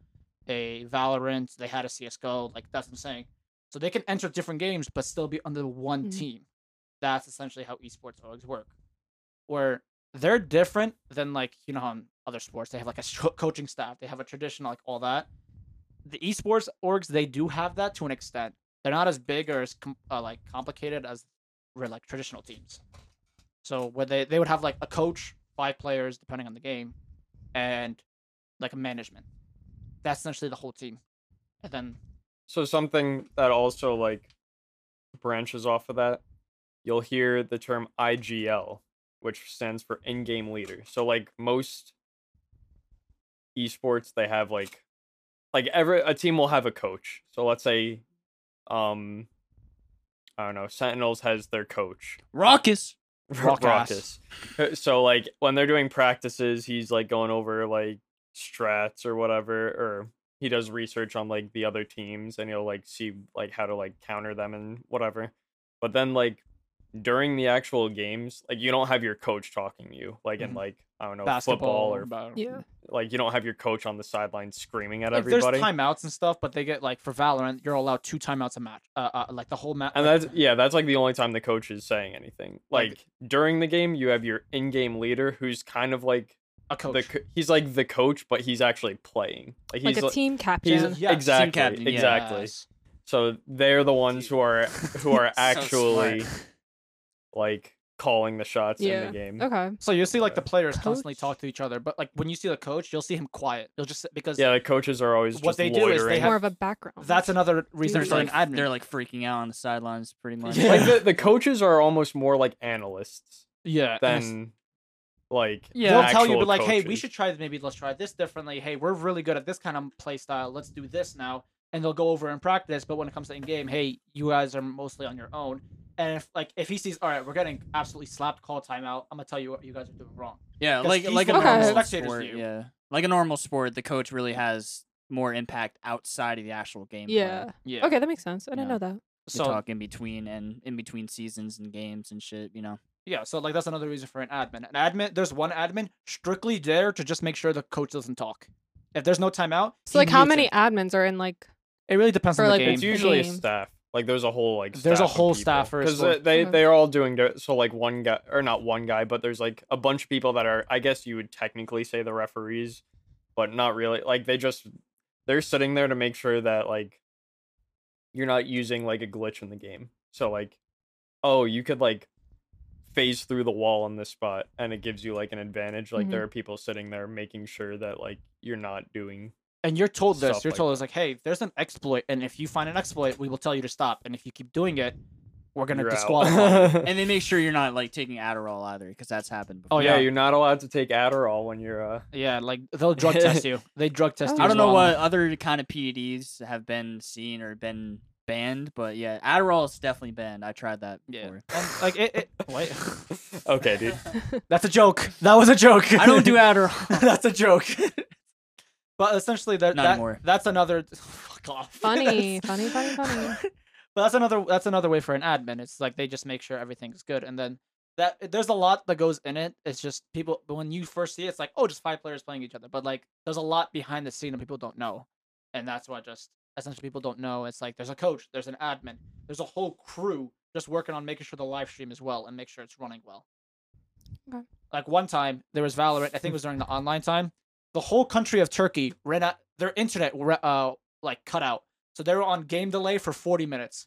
Speaker 2: a Valorant. They had a CS:GO. Like that's what I'm saying. So they can enter different games, but still be under one
Speaker 3: Mhm.
Speaker 2: team. That's essentially how esports orgs work. Where they're different than like you know how in other sports they have like a co- coaching staff, they have a traditional like all that. The esports orgs they do have that to an extent. They're not as big or as com- uh, like complicated as re- like traditional teams. So where they they would have like a coach, five players depending on the game, and like a management. That's essentially the whole team. And then
Speaker 4: So something that also like branches off of that, you'll hear the term IGL, which stands for in-game leader. So like most esports, they have like like every a team will have a coach. So let's say um I don't know, Sentinels has their coach.
Speaker 1: Raucous.
Speaker 2: Rock ass.
Speaker 4: Raucous. Uh, So like when they're doing practices, he's like going over like strats or whatever, or he does research on like the other teams and he'll like see like how to like counter them and whatever. But then like during the actual games, like you don't have your coach talking to you, like in
Speaker 2: Mhm.
Speaker 4: like I don't know
Speaker 2: basketball
Speaker 4: Oh, football
Speaker 2: or
Speaker 4: or
Speaker 2: about,
Speaker 3: Yeah.
Speaker 4: like you don't have your coach on the sideline screaming at
Speaker 2: like
Speaker 4: everybody.
Speaker 2: there's timeouts and stuff, but they get like for Valorant, you're allowed two timeouts a match, uh, uh like the whole match.
Speaker 4: And that's yeah, that's like the only time the coach is saying anything.
Speaker 2: Like-
Speaker 4: Like during the game, you have your in-game leader who's kind of like
Speaker 2: a coach.
Speaker 4: the co- he's like the coach, but he's actually playing. Like he's
Speaker 3: like a
Speaker 4: like-
Speaker 3: team
Speaker 4: he's
Speaker 3: captain.
Speaker 2: Yes, team
Speaker 4: exactly
Speaker 1: captain, yeah.
Speaker 4: exactly.
Speaker 2: Yes.
Speaker 4: So they're the ones who are who
Speaker 1: So smart.
Speaker 4: are actually like calling the shots in
Speaker 3: Yeah.
Speaker 4: the game.
Speaker 3: Okay.
Speaker 2: So you'll see like the
Speaker 4: Uh,
Speaker 2: players constantly talk
Speaker 1: coach?
Speaker 2: to each other, but like when you see the coach, you'll see him quiet. You'll just because
Speaker 4: Yeah, the coaches are always
Speaker 2: What
Speaker 4: just
Speaker 2: they do
Speaker 4: loitering.
Speaker 2: is they
Speaker 3: More
Speaker 2: have-
Speaker 3: of a background.
Speaker 2: that's another reason
Speaker 1: They're
Speaker 3: They're
Speaker 2: for
Speaker 1: like,
Speaker 2: starting admin.
Speaker 1: they're like freaking out on the sidelines, pretty much.
Speaker 2: Yeah.
Speaker 4: like the, the coaches are almost more like analysts
Speaker 2: yeah, and it's-
Speaker 4: than like
Speaker 1: Yeah.
Speaker 2: they'll tell you,
Speaker 4: actual
Speaker 2: but like, hey, we
Speaker 4: coaches.
Speaker 2: should try maybe let's try this differently. Hey, we're really good at this kind of play style. Let's do this now, and they'll go over and practice. But when it comes to in game, hey, you guys are mostly on your own. And if like if he sees, all right, we're getting absolutely slapped, call timeout. I'm gonna tell you what you guys are doing wrong.
Speaker 1: Yeah,
Speaker 2: 'Cause
Speaker 1: like
Speaker 2: he's
Speaker 1: like a
Speaker 2: looking
Speaker 3: at the
Speaker 1: normal
Speaker 2: spectator's
Speaker 1: sport.
Speaker 2: view.
Speaker 1: Yeah, like a normal sport, the coach really has more impact outside of the actual game.
Speaker 3: yeah.
Speaker 2: Yeah.
Speaker 3: Okay, that makes sense. I didn't
Speaker 1: Yeah.
Speaker 3: know that.
Speaker 1: so,
Speaker 2: So
Speaker 1: talk in between and in between seasons and games and shit. You know.
Speaker 2: yeah, so like that's another reason for an admin. An admin, there's one admin strictly there to just make sure the coach doesn't talk. If there's no timeout,
Speaker 3: So
Speaker 2: he
Speaker 3: like how
Speaker 2: mutes
Speaker 3: many
Speaker 2: It,
Speaker 3: admins are in like
Speaker 2: It really depends
Speaker 3: or,
Speaker 2: on the
Speaker 3: like,
Speaker 2: game.
Speaker 4: it's usually a
Speaker 3: game.
Speaker 4: staff like there's a whole like
Speaker 2: There's a whole staff for a
Speaker 4: because
Speaker 2: sport.
Speaker 4: they
Speaker 3: Mhm.
Speaker 4: they're all doing di- so like one guy or not one guy but there's like a bunch of people that are i guess you would technically say the referees but not really like they just they're sitting there to make sure that like you're not using like a glitch in the game so like oh you could like phase through the wall on this spot and it gives you like an advantage
Speaker 2: Mm-hmm.
Speaker 4: like there are people sitting there making sure that like you're not doing
Speaker 2: And you're told this.
Speaker 4: Stuff
Speaker 2: You're
Speaker 4: like
Speaker 2: told it's like, hey, there's an exploit, and if you find an exploit, we will tell you to stop. And if you keep doing it, we're gonna
Speaker 4: you're out.
Speaker 2: disqualify. you.
Speaker 1: And they make sure you're not like taking Adderall either, because that's happened. Before.
Speaker 2: Oh,
Speaker 4: yeah,
Speaker 2: yeah.
Speaker 4: you're not allowed to take Adderall when you're uh
Speaker 2: yeah, like they'll drug test you. They drug test
Speaker 3: Oh.
Speaker 2: you.
Speaker 1: I
Speaker 2: as
Speaker 1: don't know
Speaker 2: well.
Speaker 1: what other kind of PEDs have been seen or been banned, but yeah, Adderall is definitely banned. I tried that
Speaker 2: Yeah.
Speaker 1: before.
Speaker 2: And, like it. it wait.
Speaker 4: okay, dude.
Speaker 2: That's a joke. That was a joke.
Speaker 1: I don't do Adderall.
Speaker 2: that's a joke. but essentially, that,
Speaker 1: Not
Speaker 2: that-
Speaker 1: anymore.
Speaker 2: that's another. Fuck off.
Speaker 3: Funny,
Speaker 2: That's-
Speaker 3: funny, funny, funny.
Speaker 2: but that's another. That's another way for an admin. It's like they just make sure everything's good, and then that there's a lot that goes in it. It's just people. But when you first see it, it's like oh, just five players playing each other. But like there's a lot behind the scene that people don't know, and that's why just essentially people don't know. It's like there's a coach, there's an admin, there's a whole crew just working on making sure the live stream is well and make sure it's running well.
Speaker 3: Okay.
Speaker 2: Like one time there was Valorant. I think it was during the online time. The whole country of Turkey ran out. Their internet re- uh like cut out, so they were on game delay for 40 minutes,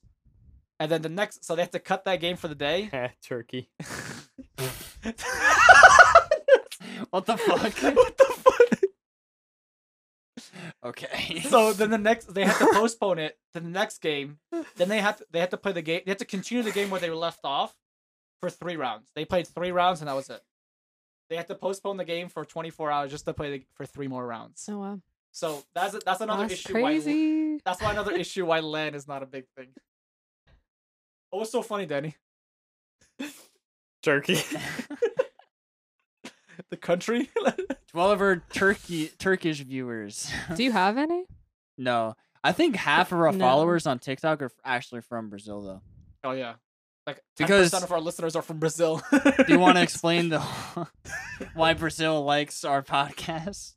Speaker 2: and then the next, so they had to cut that game for the day.
Speaker 4: Turkey.
Speaker 1: what the fuck?
Speaker 2: what the fuck?
Speaker 1: Okay.
Speaker 2: So then the next they had to postpone it to the next game. Then they had to, they had to play the game. They had to continue the game where they were left off for three rounds. They played three rounds and that was it. They had to postpone the game for 24 hours just to play the, for three more rounds.
Speaker 3: Oh wow.
Speaker 2: So that's that's another
Speaker 3: That's
Speaker 2: issue. Why,
Speaker 3: crazy.
Speaker 2: that's why another issue why LAN is not a big thing. What was so funny, Danny?
Speaker 4: Turkey.
Speaker 2: The country.
Speaker 1: to all of our Turkey Turkish viewers,
Speaker 3: Do you have any?
Speaker 1: no, I think half of our
Speaker 3: No.
Speaker 1: followers on TikTok are f- actually from Brazil, though.
Speaker 2: oh yeah, like 10%
Speaker 1: Because-
Speaker 2: of our listeners are from Brazil.
Speaker 1: Do you want to explain the why Brazil likes our podcast?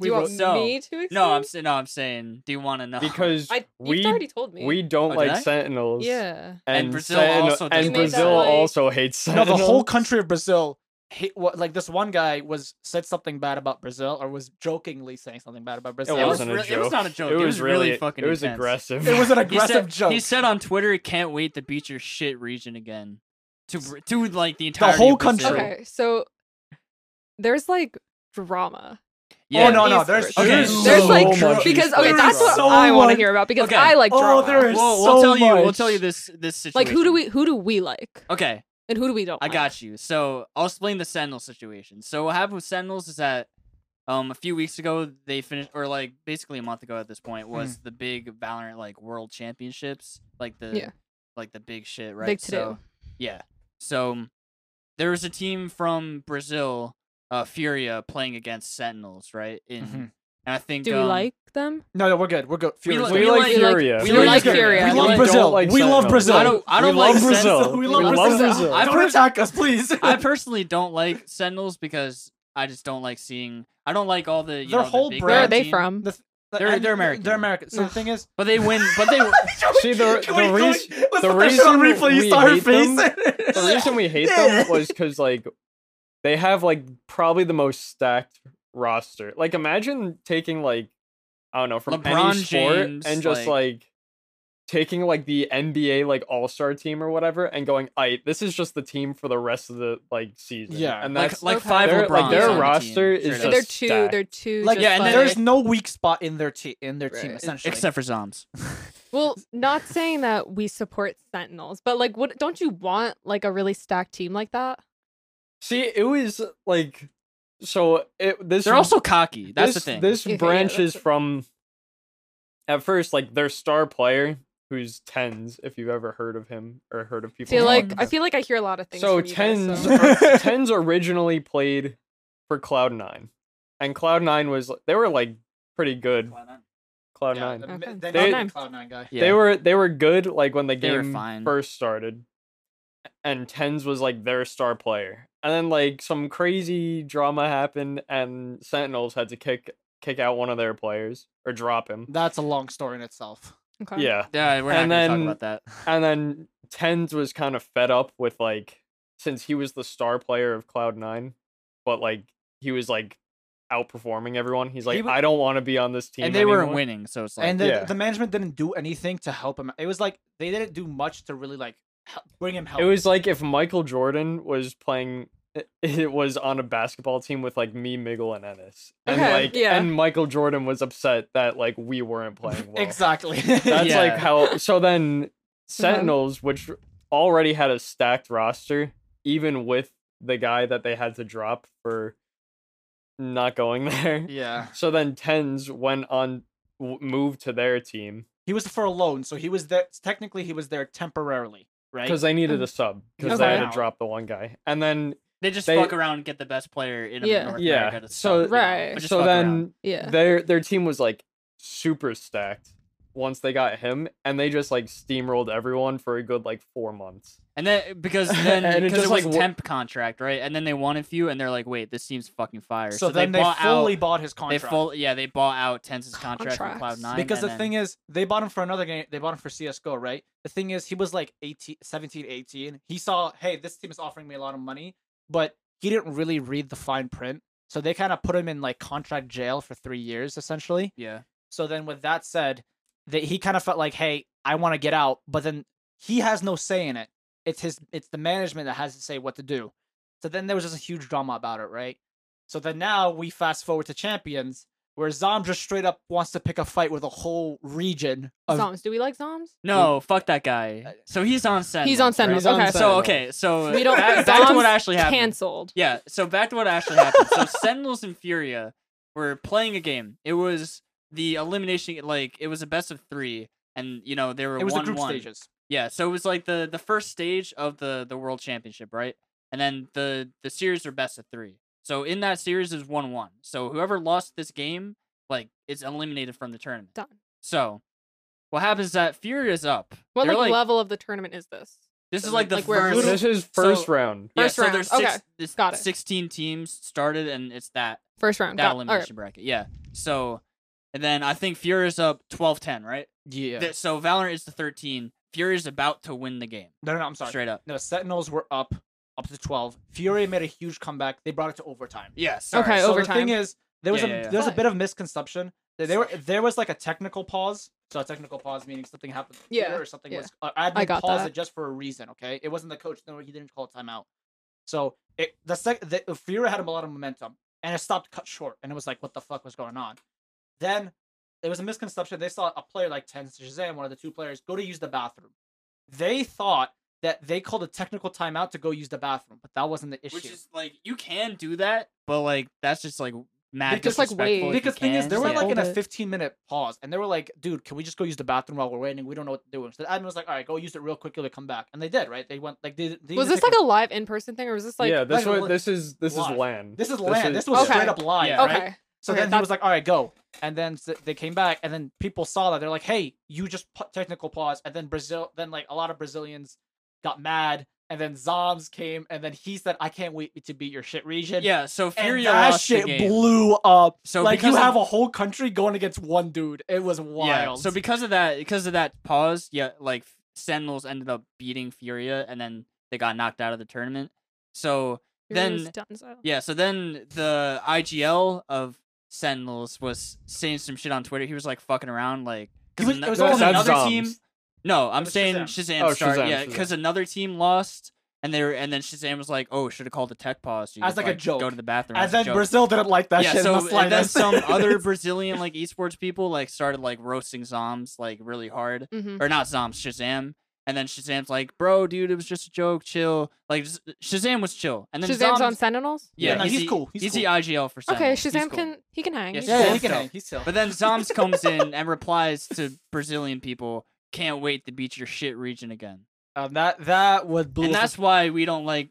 Speaker 3: Do you want
Speaker 1: wrote- no.
Speaker 3: me to explain?
Speaker 1: No, I'm saying no, I'm saying. Do you want to know?
Speaker 4: Because
Speaker 3: I
Speaker 4: we
Speaker 3: you've already told me.
Speaker 4: we don't
Speaker 1: Oh, did
Speaker 4: like
Speaker 1: I?
Speaker 4: sentinels.
Speaker 3: yeah.
Speaker 1: And
Speaker 4: And,
Speaker 1: Brazil
Speaker 4: Sen-
Speaker 1: also doesn't
Speaker 4: and
Speaker 3: like
Speaker 4: Brazil
Speaker 3: sentinels.
Speaker 4: also hates
Speaker 2: No,
Speaker 4: sentinels.
Speaker 2: the whole country of Brazil. Hate, what, like this one guy was said something bad about Brazil, or was jokingly saying something bad about Brazil.
Speaker 1: it was,
Speaker 4: wasn't a
Speaker 1: re- it was
Speaker 4: joke.
Speaker 1: not a joke.
Speaker 4: It was,
Speaker 1: really,
Speaker 4: really,
Speaker 1: fucking.
Speaker 4: It was
Speaker 1: intense.
Speaker 4: aggressive.
Speaker 2: It was an
Speaker 1: He said-
Speaker 2: aggressive joke.
Speaker 1: He said on Twitter, "Can't wait to beat your shit region again." To Br- to like the
Speaker 2: The
Speaker 1: entire
Speaker 2: whole country.
Speaker 1: Brazil.
Speaker 3: Okay, so there's like drama.
Speaker 1: Yeah.
Speaker 2: Oh no, no,
Speaker 3: These
Speaker 2: there's
Speaker 1: words. Okay,
Speaker 2: there's,
Speaker 3: There's
Speaker 2: so
Speaker 3: like
Speaker 2: much
Speaker 3: because okay,
Speaker 2: there
Speaker 3: that's
Speaker 2: is
Speaker 3: what
Speaker 2: so
Speaker 3: I want to
Speaker 2: much-
Speaker 3: hear about because
Speaker 1: Okay.
Speaker 3: I like
Speaker 2: Oh,
Speaker 3: drama.
Speaker 2: there is-
Speaker 1: We'll,
Speaker 2: so
Speaker 1: we'll tell you. We'll
Speaker 2: much.
Speaker 1: tell you this this situation.
Speaker 3: like who do we who do we like
Speaker 1: Okay.
Speaker 3: and who do we don't?
Speaker 1: I
Speaker 3: like?
Speaker 1: got you. So I'll explain the Sentinel situation. So what happened with Sentinels is that um a few weeks ago they finished or like basically a month ago at this point was the big Valorant like world championships. Like the
Speaker 3: Yeah.
Speaker 1: like the big shit, right?
Speaker 3: Big to-do.
Speaker 1: So, yeah. So um, there was a team from Brazil, uh Furia, playing against Sentinels, right? In
Speaker 2: Mhm.
Speaker 1: and And I think
Speaker 3: Do you
Speaker 1: um,
Speaker 3: like them?
Speaker 2: No, no, we're good. We're good. Fury's
Speaker 1: like-
Speaker 2: good.
Speaker 1: we
Speaker 4: we like
Speaker 1: like-
Speaker 4: Furia.
Speaker 3: we like Furia.
Speaker 2: We
Speaker 3: We
Speaker 2: love
Speaker 1: don't
Speaker 2: Brazil.
Speaker 4: like
Speaker 2: we love
Speaker 4: Seinfeld.
Speaker 2: Brazil.
Speaker 1: I don't. I don't
Speaker 4: love
Speaker 1: like
Speaker 4: Brazil.
Speaker 1: Sentinels.
Speaker 4: We love Brazil.
Speaker 1: I
Speaker 2: Don't
Speaker 1: per-
Speaker 2: attack us, please.
Speaker 1: I personally don't like Sentinels because I just don't like seeing. I don't like all the. You
Speaker 2: Their
Speaker 1: know, the
Speaker 2: whole
Speaker 1: big
Speaker 2: brand-
Speaker 3: Where are
Speaker 1: red
Speaker 3: they
Speaker 1: team,
Speaker 3: from?
Speaker 2: The- the-
Speaker 1: They're-
Speaker 2: and
Speaker 1: they're American.
Speaker 2: They're American. So the
Speaker 3: Ugh.
Speaker 2: thing is,
Speaker 1: But they win. But they.
Speaker 4: See, the-
Speaker 2: Can
Speaker 4: the
Speaker 2: we-
Speaker 4: reas-
Speaker 2: can we- let's
Speaker 4: the
Speaker 2: put that shit
Speaker 4: reason
Speaker 2: on replay. You
Speaker 4: we
Speaker 2: saw her
Speaker 4: hate them-
Speaker 2: face.
Speaker 4: The reason we hate them was because like they have like probably the most stacked roster. Like imagine taking like I don't know from
Speaker 1: LeBron
Speaker 4: any sport
Speaker 1: James,
Speaker 4: and just
Speaker 1: like-
Speaker 4: like taking like the NBA like All Star team or whatever and going, "Aight, this is just the team for the rest of the like season."
Speaker 2: Yeah.
Speaker 4: and
Speaker 1: like
Speaker 4: that's
Speaker 1: like
Speaker 3: Okay.
Speaker 1: five
Speaker 4: their,
Speaker 1: LeBrons.
Speaker 4: like their
Speaker 1: on the
Speaker 4: roster
Speaker 1: team,
Speaker 4: is
Speaker 1: straight
Speaker 3: So
Speaker 1: up.
Speaker 3: they're
Speaker 4: just
Speaker 3: two.
Speaker 4: stacked.
Speaker 3: They're two.
Speaker 2: like
Speaker 3: just,
Speaker 1: yeah, and then-
Speaker 2: there's no weak spot in their team. In their team,
Speaker 3: Right.
Speaker 2: essentially.
Speaker 1: except for Zoms.
Speaker 3: Well, not saying that we support Sentinels, but like, what don't you want like a really stacked team like that?
Speaker 4: See, it was like so. It this
Speaker 1: They're also cocky. That's
Speaker 4: this,
Speaker 1: the thing.
Speaker 4: This
Speaker 3: Okay, yeah,
Speaker 4: branches
Speaker 3: that's it.
Speaker 4: from at first like their star player, who's tens, if you've ever heard of him or heard of
Speaker 3: I
Speaker 4: people.
Speaker 3: feel
Speaker 4: talking
Speaker 3: like
Speaker 4: about
Speaker 3: I feel like I hear a lot of things.
Speaker 4: so
Speaker 3: from you guys,
Speaker 4: tens,
Speaker 3: so-
Speaker 4: or- tens originally played for Cloud Nine, and Cloud Nine was they were like pretty good. Cloud Nine,
Speaker 3: Okay.
Speaker 2: Cloud
Speaker 4: They-
Speaker 2: nine. Cloud nine guy.
Speaker 1: yeah.
Speaker 4: they were they were good like when the
Speaker 1: They were
Speaker 4: game
Speaker 1: fine.
Speaker 4: first started, and tens was like their star player, and then like some crazy drama happened, and Sentinels had to kick kick out one of their players or drop him.
Speaker 2: That's a long story in itself.
Speaker 3: okay.
Speaker 4: Yeah,
Speaker 1: Yeah, we're not
Speaker 4: And
Speaker 1: gonna
Speaker 4: then-
Speaker 1: talk about that.
Speaker 4: and then Tens was kind of fed up with like since he was the star player of Cloud Nine, but like he was like outperforming everyone. He's like,
Speaker 2: wa-
Speaker 4: I don't want to be on this team.
Speaker 1: And they weren't
Speaker 4: anymore."
Speaker 1: winning, so it's like.
Speaker 2: and the,
Speaker 4: yeah.
Speaker 2: the management didn't do anything to help him. It was like they didn't do much to really like help, bring him help.
Speaker 4: It was like if Michael Jordan was playing. It was on a basketball team with like me, Miguel, and Ennis, and
Speaker 3: Okay,
Speaker 4: like
Speaker 3: yeah.
Speaker 4: and Michael Jordan was upset that like we weren't playing well.
Speaker 2: exactly.
Speaker 4: That's
Speaker 1: Yeah. Mm-hmm.
Speaker 4: like how. So then Sentinels, which already had a stacked roster, even with the guy that they had to drop for not going there.
Speaker 2: yeah.
Speaker 4: So then Tens went on w- moved to their team
Speaker 2: He was for a loan, so he was there. Technically, he was there temporarily, right?
Speaker 4: because they
Speaker 1: Mm.
Speaker 4: needed a sub because they had
Speaker 2: Okay.
Speaker 4: to drop the one guy, and then
Speaker 1: They just
Speaker 4: They-
Speaker 1: fuck around and get the best player in
Speaker 3: Yeah.
Speaker 1: North
Speaker 4: Yeah,
Speaker 1: America. to
Speaker 4: so-
Speaker 1: suck,
Speaker 3: Right.
Speaker 1: But just
Speaker 4: so
Speaker 1: fuck
Speaker 4: then
Speaker 1: around.
Speaker 3: Yeah.
Speaker 4: their their team was like super stacked once they got him, and they just like steamrolled everyone for a good like four months.
Speaker 1: and then because
Speaker 4: And
Speaker 1: then
Speaker 4: it
Speaker 1: because it,
Speaker 4: just,
Speaker 1: was
Speaker 4: like, wa-
Speaker 1: temp contract, right? And then they won a few, and they're like, "Wait, this team's fucking fire."
Speaker 2: so, then
Speaker 1: they,
Speaker 2: they
Speaker 1: bought
Speaker 2: fully
Speaker 1: out.
Speaker 2: bought his
Speaker 1: They
Speaker 2: contract.
Speaker 1: full yeah they bought out Tens's contract from Cloud
Speaker 3: Contracts.
Speaker 1: Nine
Speaker 2: because the
Speaker 1: and
Speaker 2: thing
Speaker 1: then-
Speaker 2: is, they bought him for another game. They bought him for CSGO, right? The thing is, he was like 18, 17, 18. He saw, hey, this team is offering me a lot of money, but he didn't really read the fine print. So they kind of put him in like contract jail for three years, essentially.
Speaker 1: yeah
Speaker 2: So then, with that said, that he kind of felt like, hey, I want to get out, but then he has no say in it. It's his, it's the management that has to say what to do. So then there was just a huge drama about it, right? So then now we fast forward to champions, where Zom just straight up wants to pick a fight with a whole region of
Speaker 3: Zoms. Do we like Zoms?
Speaker 1: no fuck that guy so he's on Sentinels
Speaker 3: He's on
Speaker 1: right?
Speaker 3: Sentinels.
Speaker 4: He's on
Speaker 3: Okay.
Speaker 4: Sentinels.
Speaker 1: so okay so
Speaker 3: We don't.
Speaker 1: back, back to what
Speaker 3: Zoms
Speaker 1: actually happened
Speaker 3: Cancelled.
Speaker 1: Yeah, so back to what actually happened. So Sentinels and Furia were playing a game. It was the elimination, like it was a best of three, and you know they were
Speaker 2: it was
Speaker 1: one
Speaker 2: the group
Speaker 1: one.
Speaker 2: stages.
Speaker 1: Yeah, so it was like the the first stage of the the World Championship, right? And then the the series are best of three. So in that series is one one. So whoever lost this game, like, is eliminated from the tournament.
Speaker 3: Done.
Speaker 1: So what happens is that Furia is up.
Speaker 3: What
Speaker 1: They're,
Speaker 3: like, level of the tournament is this?
Speaker 1: This is like the
Speaker 3: like, where are
Speaker 1: first.
Speaker 3: Little-
Speaker 4: This is first
Speaker 1: so-
Speaker 4: round.
Speaker 1: Yeah,
Speaker 3: First
Speaker 1: so
Speaker 3: round.
Speaker 1: there's six,
Speaker 3: Okay,
Speaker 1: this-
Speaker 3: got it.
Speaker 1: Sixteen teams started, and it's that
Speaker 3: First round.
Speaker 1: that
Speaker 3: Got it. All right.
Speaker 1: elimination bracket. Yeah. So, and then I think Fury's up 12-10, right?
Speaker 2: Yeah.
Speaker 1: Th- so Valorant is the 13. Fury's about to win the game.
Speaker 2: no, no, no, I'm sorry.
Speaker 1: Straight up.
Speaker 2: No, Sentinels were up, up to twelve. Fury made a huge comeback. They brought it to overtime.
Speaker 1: Yeah.
Speaker 3: Okay, oh,
Speaker 1: Okay.
Speaker 2: so
Speaker 3: overtime.
Speaker 2: the thing is, there was
Speaker 1: Yeah,
Speaker 2: a
Speaker 1: yeah, yeah.
Speaker 2: there was a
Speaker 3: Fine.
Speaker 2: bit of misconception. There, there were there was like a technical pause. So a technical pause meaning something happened to the computer
Speaker 3: Yeah,
Speaker 2: or something
Speaker 3: yeah.
Speaker 2: was uh, admin
Speaker 3: I got
Speaker 2: paused
Speaker 3: that.
Speaker 2: it just for a reason. Okay, it wasn't the coach. No, he didn't call timeout. So it the sec the Fira had a lot of momentum and it stopped cut short and it was like what the fuck was going on. Then there was a misconception. They saw a player like Ten Shazam, one of the two players, go to use the bathroom. They thought that they called a technical timeout to go use the bathroom, but that wasn't the issue.
Speaker 1: Which is like you can do that, but like that's just like mad.
Speaker 2: Because,
Speaker 3: like,
Speaker 1: disrespectful
Speaker 3: wait.
Speaker 1: if you
Speaker 2: because thing is,
Speaker 1: can,
Speaker 2: they were
Speaker 1: yeah.
Speaker 2: like in a
Speaker 3: Hold it.
Speaker 2: 15 minute pause, and they were like, "Dude, can we just go use the bathroom while we're waiting? We don't know what to do." So the admin was like, "All right, go use it real quickly to come back," and they did. Right? They went like they. they even
Speaker 3: Was this
Speaker 2: took
Speaker 3: like a live in person thing, or was this like?
Speaker 4: yeah, this
Speaker 2: like,
Speaker 4: was, this is this
Speaker 2: live.
Speaker 4: is land.
Speaker 2: This is land. This, was
Speaker 3: Okay.
Speaker 2: straight up live.
Speaker 1: Yeah.
Speaker 2: right?
Speaker 3: Okay.
Speaker 2: So
Speaker 3: Okay,
Speaker 2: then he
Speaker 3: that's-
Speaker 2: was like, "All right, go." And then s- they came back, and then people saw that they're like, "Hey, you just pu- technical pause." And then Brazil, then like a lot of Brazilians got mad, and then Zoms came, and then he said, "I can't wait to beat your shit region."
Speaker 1: Yeah, so
Speaker 2: and
Speaker 1: Furia
Speaker 2: that
Speaker 1: lost
Speaker 2: shit
Speaker 1: the game.
Speaker 2: blew up.
Speaker 1: so
Speaker 2: like you
Speaker 1: because of-
Speaker 2: have a whole country going against one dude. It was wild.
Speaker 1: Yeah, so because of that, because of that pause, yeah, like Sentinels ended up beating Furia, and then they got knocked out of the tournament. So
Speaker 3: Furia's
Speaker 1: Then-
Speaker 3: done so.
Speaker 1: yeah, so then the IGL of Sentinels was saying some shit on Twitter. He was like fucking around, like
Speaker 2: He
Speaker 1: because
Speaker 2: was- it was
Speaker 4: all them
Speaker 1: another
Speaker 4: Zoms.
Speaker 1: team. No, I'm
Speaker 2: was
Speaker 1: saying
Speaker 2: Shazam.
Speaker 1: Shazam,
Speaker 4: Oh,
Speaker 1: started,
Speaker 4: Shazam,
Speaker 1: yeah,
Speaker 4: Shazam.
Speaker 1: because another team lost. And they were, and then Shazam was like, "Oh, should have called the tech pause." You
Speaker 2: As
Speaker 1: could,
Speaker 2: like a
Speaker 1: go
Speaker 2: joke.
Speaker 1: to the bathroom.
Speaker 2: and
Speaker 1: as a
Speaker 2: then
Speaker 1: joke."
Speaker 2: Brazil didn't like that
Speaker 1: yeah,
Speaker 2: shit.
Speaker 1: so
Speaker 2: in the
Speaker 1: and then
Speaker 2: slightest.
Speaker 1: some other Brazilian like esports people like started like roasting Zoms like really hard,
Speaker 3: Mm-hmm.
Speaker 1: or not Zoms, Shazam. And then Shazam's like, "Bro, dude, it was just a joke. Chill." Like just- Shazam was chill, and then Zoms,
Speaker 3: Shazam's on Sentinels.
Speaker 1: Yeah, E
Speaker 2: Yeah, no, he's
Speaker 1: the-
Speaker 2: cool, he's
Speaker 1: the
Speaker 2: cool.
Speaker 1: IGL for
Speaker 3: Okay,
Speaker 1: Sentinels. He's
Speaker 3: Shazam
Speaker 1: cool.
Speaker 3: can he can hang.
Speaker 1: Yeah,
Speaker 3: he's
Speaker 1: Shazam
Speaker 2: yeah,
Speaker 3: cool.
Speaker 2: he can
Speaker 1: Still.
Speaker 2: hang. He's still.
Speaker 1: But then Zoms comes in and replies to Brazilian people, "Can't wait to beat your shit region again."
Speaker 2: um, that that would blew.
Speaker 1: And
Speaker 2: us
Speaker 1: that's why we don't like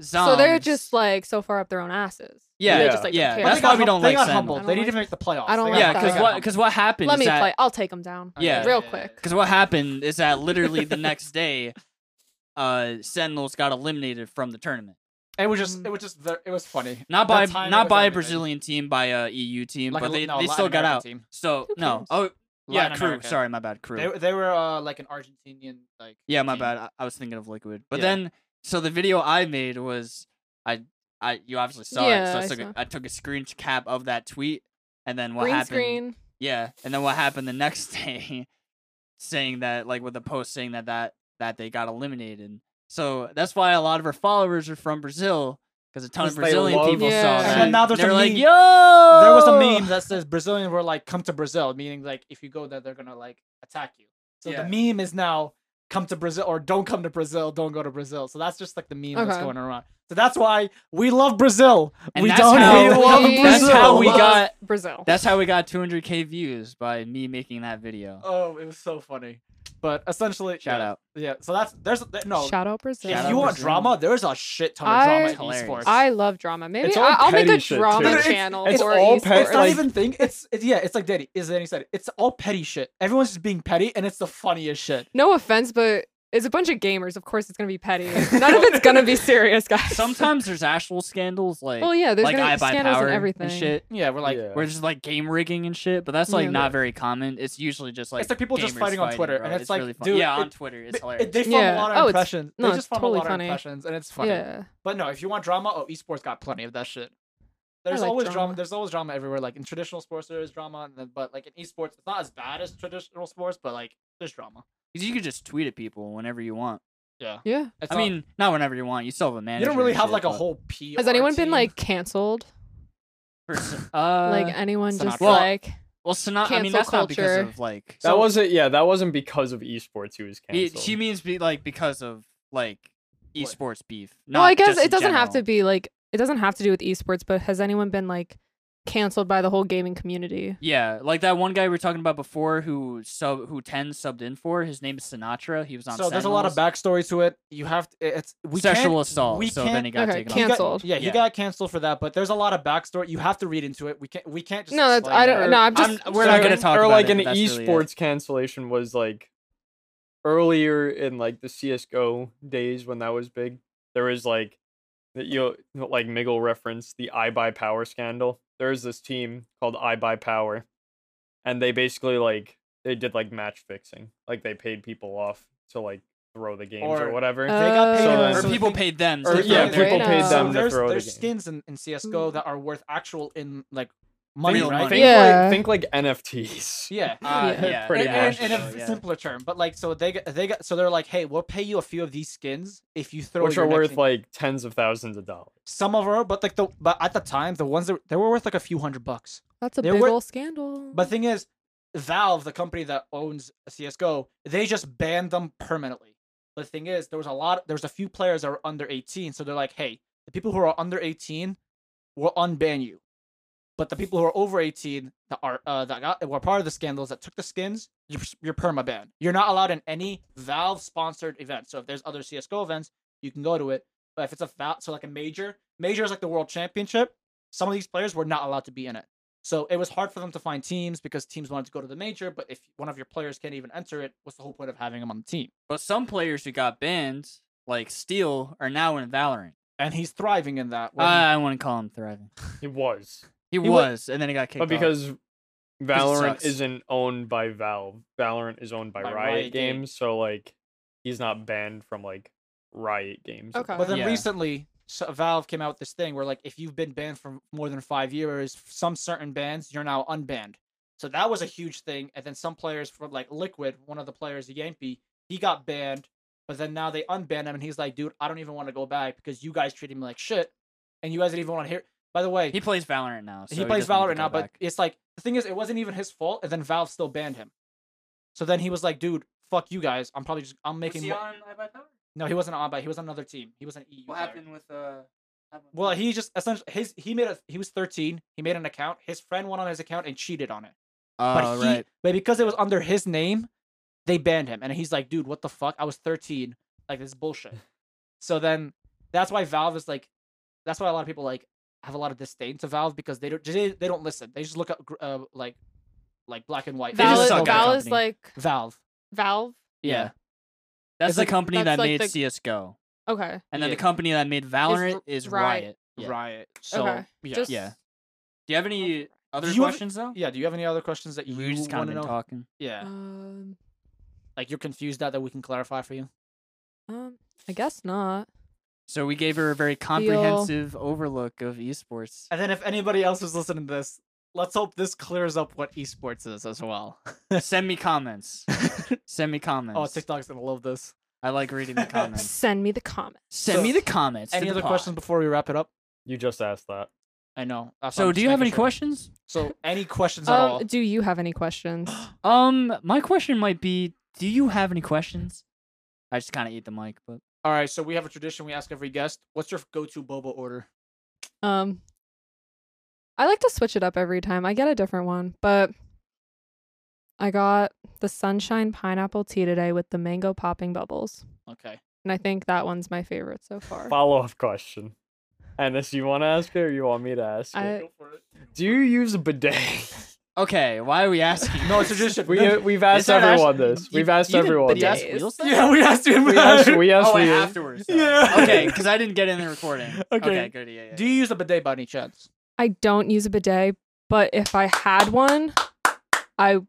Speaker 1: Zoms.
Speaker 3: So they're just like so far up their own asses.
Speaker 1: yeah,
Speaker 3: They
Speaker 4: Yeah.
Speaker 3: just like
Speaker 1: yeah,
Speaker 3: don't care.
Speaker 2: But
Speaker 1: that's
Speaker 2: they got
Speaker 1: why we
Speaker 2: hum-
Speaker 1: don't
Speaker 2: they
Speaker 1: like
Speaker 2: got
Speaker 1: Sentinels.
Speaker 2: humbled.
Speaker 3: I don't
Speaker 2: They didn't
Speaker 3: like-
Speaker 2: even make the playoffs.
Speaker 3: I don't
Speaker 2: They
Speaker 3: like
Speaker 1: yeah,
Speaker 2: got- they
Speaker 3: that.
Speaker 1: because
Speaker 2: got
Speaker 1: what
Speaker 2: humbled.
Speaker 1: because what happened?
Speaker 3: Let
Speaker 1: is
Speaker 3: me
Speaker 1: that,
Speaker 3: play. I'll take him down.
Speaker 1: Yeah.
Speaker 3: Real quick.
Speaker 1: Because what happened is that literally the next day, uh, Sentinels got eliminated from the tournament.
Speaker 2: It was just, it was just, ver- it was funny.
Speaker 1: Not by
Speaker 2: That's how it
Speaker 1: not
Speaker 2: was
Speaker 1: by a
Speaker 2: eliminated.
Speaker 1: Brazilian team, by a EU team,
Speaker 2: Like
Speaker 1: but
Speaker 2: a-
Speaker 1: they,
Speaker 2: no,
Speaker 1: they
Speaker 2: Latin
Speaker 1: still got
Speaker 2: American
Speaker 1: out.
Speaker 2: team.
Speaker 1: So
Speaker 3: Who
Speaker 1: no,
Speaker 3: cares?
Speaker 1: oh yeah,
Speaker 2: Latin
Speaker 1: crew.
Speaker 2: America.
Speaker 1: Sorry, my bad, crew.
Speaker 2: They, they were uh, like an Argentinian, like.
Speaker 1: yeah, my
Speaker 2: team.
Speaker 1: bad. I, I was thinking of Liquid, but
Speaker 2: Yeah.
Speaker 1: then so the video I made was I I you obviously saw it,
Speaker 3: Yeah,
Speaker 1: so I,
Speaker 3: I
Speaker 1: took
Speaker 3: saw.
Speaker 1: a, I took a screen cap of that tweet, and then what
Speaker 3: Green
Speaker 1: happened?
Speaker 3: screen.
Speaker 1: Yeah, and then what happened the next day, saying that like with a post saying that that that they got eliminated. So that's why a lot of her followers are from Brazil because a ton of
Speaker 4: 'Cause they
Speaker 1: Brazilian
Speaker 4: love
Speaker 1: people
Speaker 3: Yeah.
Speaker 1: saw
Speaker 3: And
Speaker 1: that.
Speaker 3: then
Speaker 2: now there's
Speaker 1: They're
Speaker 2: a
Speaker 1: like,
Speaker 2: meme-
Speaker 1: yo,
Speaker 2: There was a meme that says Brazilian were like, "Come to Brazil," meaning like if you go there, they're gonna like attack you. So
Speaker 1: Yeah.
Speaker 2: the meme is now, "Come to Brazil" or "Don't come to Brazil, don't go to Brazil." So that's just like the meme that's
Speaker 3: Okay.
Speaker 2: going around. So that's why we love Brazil.
Speaker 1: And
Speaker 2: we
Speaker 1: that's
Speaker 2: don't
Speaker 1: how-
Speaker 2: hate
Speaker 1: We
Speaker 2: love
Speaker 1: that's
Speaker 2: Brazil.
Speaker 1: how we
Speaker 3: love
Speaker 1: got-
Speaker 3: Brazil.
Speaker 1: That's how we got 200k views by me making that video.
Speaker 2: Oh, it was so funny. But essentially,
Speaker 1: Shout
Speaker 2: yeah,
Speaker 1: out.
Speaker 2: Yeah. So that's there's th- no.
Speaker 3: Shout out Brazil.
Speaker 2: if
Speaker 1: Shout out
Speaker 2: you want
Speaker 1: Brazil.
Speaker 2: drama, there's a shit ton of
Speaker 3: I-
Speaker 2: drama in
Speaker 3: It's
Speaker 1: hilarious.
Speaker 2: esports.
Speaker 3: I love drama. Maybe
Speaker 4: It's all
Speaker 3: I, will make a
Speaker 4: petty shit,
Speaker 3: drama
Speaker 4: too. But
Speaker 2: it's-
Speaker 3: channel
Speaker 4: it's
Speaker 3: for
Speaker 4: all
Speaker 3: esports.
Speaker 4: petty,
Speaker 2: it's not
Speaker 4: like-
Speaker 2: even think. It's, it's yeah. It's like Danny. Is Danny said? it. It's all petty shit. Everyone's just being petty, and it's the funniest shit.
Speaker 3: no offense, but it's a bunch of gamers. Of course, it's gonna be petty. None of it's gonna be serious, guys.
Speaker 1: Sometimes there's actual scandals like
Speaker 3: Well, yeah, there's
Speaker 1: like
Speaker 3: gonna
Speaker 1: I
Speaker 3: be
Speaker 1: buy
Speaker 3: scandals
Speaker 1: power
Speaker 3: and everything.
Speaker 1: shit.
Speaker 2: Yeah, we're like,
Speaker 4: Yeah.
Speaker 1: Where it's just like game rigging and shit, but that's like
Speaker 3: Yeah.
Speaker 1: not very common. It's usually just like
Speaker 2: It's like people just
Speaker 1: gamers
Speaker 2: fighting on Twitter,
Speaker 1: bro.
Speaker 2: and it's like,
Speaker 1: really fun.
Speaker 2: dude,
Speaker 1: yeah,
Speaker 2: it-
Speaker 1: on Twitter, it's
Speaker 2: It-
Speaker 1: hilarious.
Speaker 2: It, they form a
Speaker 3: Yeah.
Speaker 2: lot of
Speaker 3: Oh, it's-
Speaker 2: impressions.
Speaker 3: no,
Speaker 2: they
Speaker 3: it's
Speaker 2: just form
Speaker 3: totally
Speaker 2: a lot
Speaker 3: funny.
Speaker 2: of impressions, and it's funny.
Speaker 3: Yeah.
Speaker 2: But no, if you want drama, oh, esports got plenty of that shit. There's
Speaker 3: like
Speaker 2: always drama.
Speaker 3: drama.
Speaker 2: There's always drama everywhere. Like in traditional sports, there is drama, and then, but like in esports, it's not as bad as traditional sports, but like there's drama.
Speaker 1: 'Cause you could just tweet at people whenever you want.
Speaker 2: Yeah,
Speaker 3: Yeah.
Speaker 2: it's
Speaker 1: I
Speaker 2: not-
Speaker 1: mean, not whenever you want. You still have a
Speaker 2: you
Speaker 1: manager.
Speaker 2: don't really
Speaker 1: and
Speaker 2: have
Speaker 1: shit,
Speaker 2: like a
Speaker 1: but
Speaker 2: whole P.
Speaker 3: Has anyone been like canceled?
Speaker 1: pers-
Speaker 3: like
Speaker 1: uh,
Speaker 3: anyone
Speaker 2: Sinatra.
Speaker 3: just
Speaker 1: Well,
Speaker 3: like
Speaker 1: well, Sinatra. I mean,
Speaker 3: cancel
Speaker 1: that's not because
Speaker 3: culture.
Speaker 1: of like.
Speaker 4: That
Speaker 2: So-
Speaker 4: wasn't yeah, that wasn't because of esports he was
Speaker 1: He,
Speaker 4: canceled.
Speaker 1: he means be like because of like esports beef.
Speaker 3: well i
Speaker 1: not
Speaker 3: guess
Speaker 1: just in
Speaker 3: it doesn't have to
Speaker 1: general.
Speaker 3: be like it doesn't have to do with esports but has anyone been like canceled by the whole gaming community
Speaker 1: Yeah, like that one guy we were talking about before who sub who ten subbed in for. His name is Sinatra. He was on.
Speaker 2: So there's a lot of
Speaker 1: Sentinels.
Speaker 2: backstory to it. You have to. It's we can't-
Speaker 1: sexual assault.
Speaker 2: we
Speaker 1: so
Speaker 2: can't-
Speaker 1: then he got
Speaker 3: Okay,
Speaker 1: taken
Speaker 2: he
Speaker 1: off.
Speaker 2: got-
Speaker 3: Canceled.
Speaker 2: yeah, he
Speaker 1: Yeah.
Speaker 2: got canceled for that. But there's a lot of backstory. You have to read into it. We can't. We can't just.
Speaker 3: no that's i
Speaker 2: explain
Speaker 3: don't
Speaker 2: it.
Speaker 3: no i'm just
Speaker 1: I'm- we're not
Speaker 3: sorry.
Speaker 1: gonna talk
Speaker 4: or
Speaker 1: about
Speaker 4: like
Speaker 1: it,
Speaker 4: an
Speaker 1: but that's really
Speaker 4: esports
Speaker 1: it.
Speaker 4: cancellation was like earlier in like the CS:GO days when that was big. There was like that you know, like Miggle referenced the I Buy Power scandal. There is this team called I Buy Power, and they basically like they did like match fixing, like they paid people off to like throw the games or,
Speaker 2: Or-
Speaker 4: whatever.
Speaker 3: Uh,
Speaker 2: They got paid.
Speaker 4: So then-
Speaker 1: Or
Speaker 2: so the
Speaker 1: people
Speaker 2: thing-
Speaker 1: paid them.
Speaker 4: or
Speaker 1: to
Speaker 4: yeah,
Speaker 1: throw
Speaker 4: people
Speaker 1: the
Speaker 3: Right
Speaker 1: game.
Speaker 4: paid
Speaker 3: now.
Speaker 4: them
Speaker 2: so
Speaker 4: to
Speaker 2: there's
Speaker 4: throw the
Speaker 2: there's
Speaker 4: game.
Speaker 2: skins in, in CS:GO
Speaker 4: Hmm.
Speaker 3: Mm.
Speaker 2: that are worth actual in like money,
Speaker 1: Real
Speaker 2: right?
Speaker 1: money.
Speaker 4: Think
Speaker 3: Yeah.
Speaker 4: like think like NFTs.
Speaker 2: Yeah.
Speaker 1: Uh,
Speaker 3: Yeah.
Speaker 1: yeah,
Speaker 4: Pretty
Speaker 1: yeah,
Speaker 2: in,
Speaker 4: much.
Speaker 2: in, in a
Speaker 1: so, yeah.
Speaker 2: simpler term, but like so they got they got so they're like, hey, we'll pay you a few of these skins if you throw
Speaker 4: Which
Speaker 2: your
Speaker 4: are
Speaker 2: next
Speaker 4: worth
Speaker 2: thing."
Speaker 4: like tens of thousands of dollars.
Speaker 2: some of them, but like the but at the time the ones that were- they were worth like a few hundred bucks.
Speaker 3: that's a
Speaker 2: There
Speaker 3: big
Speaker 2: were-
Speaker 3: old scandal
Speaker 2: But thing is, Valve, the company that owns CS:GO, they just banned them permanently. The thing is, there was a lot. There was a few players that were under 18, so they're like, "Hey, the people who are under 18 will unban you." But the people who are over 18 that are uh, that got were part of the scandals that took the skins, you're, you're perma banned. You're not allowed in any Valve sponsored events. So if there's other CS:GO events, you can go to it. But if it's a Valve, so like a major, major is like the World Championship. Some of these players were not allowed to be in it. So it was hard for them to find teams because teams wanted to go to the major, but if one of your players can't even enter it, what's the whole point of having him on the team?
Speaker 1: But some players who got banned, like Steel, are now in Valorant.
Speaker 2: And he's thriving in that.
Speaker 1: Uh,
Speaker 2: where he-
Speaker 1: I wouldn't call him thriving.
Speaker 4: It was,
Speaker 1: He,
Speaker 2: wa-
Speaker 1: was, and then he got kicked.
Speaker 4: but
Speaker 1: off.
Speaker 4: because Valorant
Speaker 1: sucks.
Speaker 4: isn't owned by Valve, Valorant is owned by,
Speaker 2: By
Speaker 4: Riot,
Speaker 2: Riot
Speaker 4: Games,
Speaker 2: Games.
Speaker 4: So like, he's not banned from like Riot Games. at the
Speaker 3: Okay.
Speaker 2: But then
Speaker 1: Yeah.
Speaker 2: recently, so Valve came out with this thing where like if you've been banned for more than five years, some certain bans you're now unbanned. So that was a huge thing. And then some players for like Liquid, one of the players, Yampy, he got banned. But then now they unbanned him, and he's like, "Dude, I don't even want to go back because you guys treated me like shit, and you guys didn't even want to hear." By the way,
Speaker 1: he plays Valorant now. so
Speaker 2: he plays
Speaker 1: doesn't need to
Speaker 2: Valorant now,
Speaker 1: go
Speaker 2: but
Speaker 1: back.
Speaker 2: it's like the thing is, it wasn't even his fault, and then Valve still banned him. So then he was like, "Dude, fuck you guys. I'm probably just I'm making." mo- no, he wasn't on, but he was on another team. He was an EU. player.
Speaker 1: with uh?
Speaker 2: Well, he just essentially his he made a he was 13. He made an account. His friend went on his account and cheated on it.
Speaker 1: Oh
Speaker 2: but he
Speaker 1: right.
Speaker 2: but because it was under his name, they banned him. And he's like, dude, what the fuck? I was 13. Like this is bullshit. so then that's why Valve is like, that's why a lot of people like have a lot of disdain to Valve because they don't they, they don't listen. They just look at gr- uh, like like black and white. They
Speaker 1: just
Speaker 3: Val,
Speaker 2: just
Speaker 1: suck
Speaker 3: Val,
Speaker 1: at
Speaker 2: look at
Speaker 1: it.
Speaker 3: is
Speaker 2: company.
Speaker 3: like
Speaker 2: Valve.
Speaker 3: Valve.
Speaker 1: Yeah.
Speaker 2: yeah.
Speaker 1: That's
Speaker 2: It's
Speaker 1: the
Speaker 2: like-
Speaker 1: company
Speaker 3: that's
Speaker 1: that
Speaker 3: like
Speaker 1: made
Speaker 3: the-
Speaker 1: CS:GO,
Speaker 3: Okay.
Speaker 1: and then
Speaker 2: Yeah.
Speaker 1: the company that made Valorant is,
Speaker 3: Riot.
Speaker 1: Riot. Yeah.
Speaker 2: Riot. So
Speaker 3: Okay.
Speaker 2: yeah.
Speaker 3: Just
Speaker 1: Yeah. Do you have any other
Speaker 2: you have-
Speaker 1: questions though?
Speaker 2: yeah. Do you have any other questions that you
Speaker 1: We just kind
Speaker 2: want to
Speaker 1: of
Speaker 2: know?
Speaker 1: been talking.
Speaker 2: Yeah.
Speaker 3: Um,
Speaker 2: Like you're confused that that we can clarify for you.
Speaker 3: um, I guess not.
Speaker 1: So we gave her a very comprehensive overlook of esports.
Speaker 2: And then if anybody else is listening to this, let's hope this clears up what esports is as well.
Speaker 1: Send me comments. Send me comments.
Speaker 2: oh, TikTok's gonna love this.
Speaker 1: I like reading the comments.
Speaker 3: Send me the comment.
Speaker 1: Send
Speaker 2: So,
Speaker 1: me the comments. to
Speaker 2: Any
Speaker 1: the
Speaker 2: other
Speaker 1: pod.
Speaker 2: questions before we wrap it up?
Speaker 4: You just asked that.
Speaker 2: I know. that's why
Speaker 1: So
Speaker 2: I'm
Speaker 1: do
Speaker 2: just
Speaker 1: you have any
Speaker 2: making sure.
Speaker 1: questions?
Speaker 2: So any questions at all?
Speaker 3: Um, do you have any questions?
Speaker 1: Um, my question might be, do you have any questions? I just kind of eat the mic, but
Speaker 2: All right. So we have a tradition we ask every guest. What's your go-to boba order?
Speaker 3: Um, I like to switch it up every time. I get a different one, but I got the sunshine pineapple tea today with the mango popping bubbles,
Speaker 2: Okay.
Speaker 3: and I think that one's my favorite so far.
Speaker 4: Follow up question. Ennis, you want to ask it or you want me to ask
Speaker 3: I-
Speaker 4: it? Do you use a bidet?
Speaker 1: okay. Why are we asking?
Speaker 2: No, it's a tradition.
Speaker 4: we uh,
Speaker 2: No,
Speaker 4: we've asked
Speaker 1: not ask-
Speaker 4: everyone this.
Speaker 1: you-
Speaker 4: We've asked
Speaker 1: you didn't-
Speaker 4: everyone.
Speaker 1: did you ask
Speaker 4: This.
Speaker 3: Yes.
Speaker 1: Wheels that?
Speaker 2: yeah, we asked him.
Speaker 4: We asked. We asked.
Speaker 1: oh,
Speaker 4: you.
Speaker 1: afterwards. though.
Speaker 2: Yeah.
Speaker 1: Okay, because I didn't get in the recording.
Speaker 2: Okay.
Speaker 1: good. Yeah, yeah.
Speaker 2: Do you use a bidet by any chance?
Speaker 3: I don't use a bidet, but if I had one, I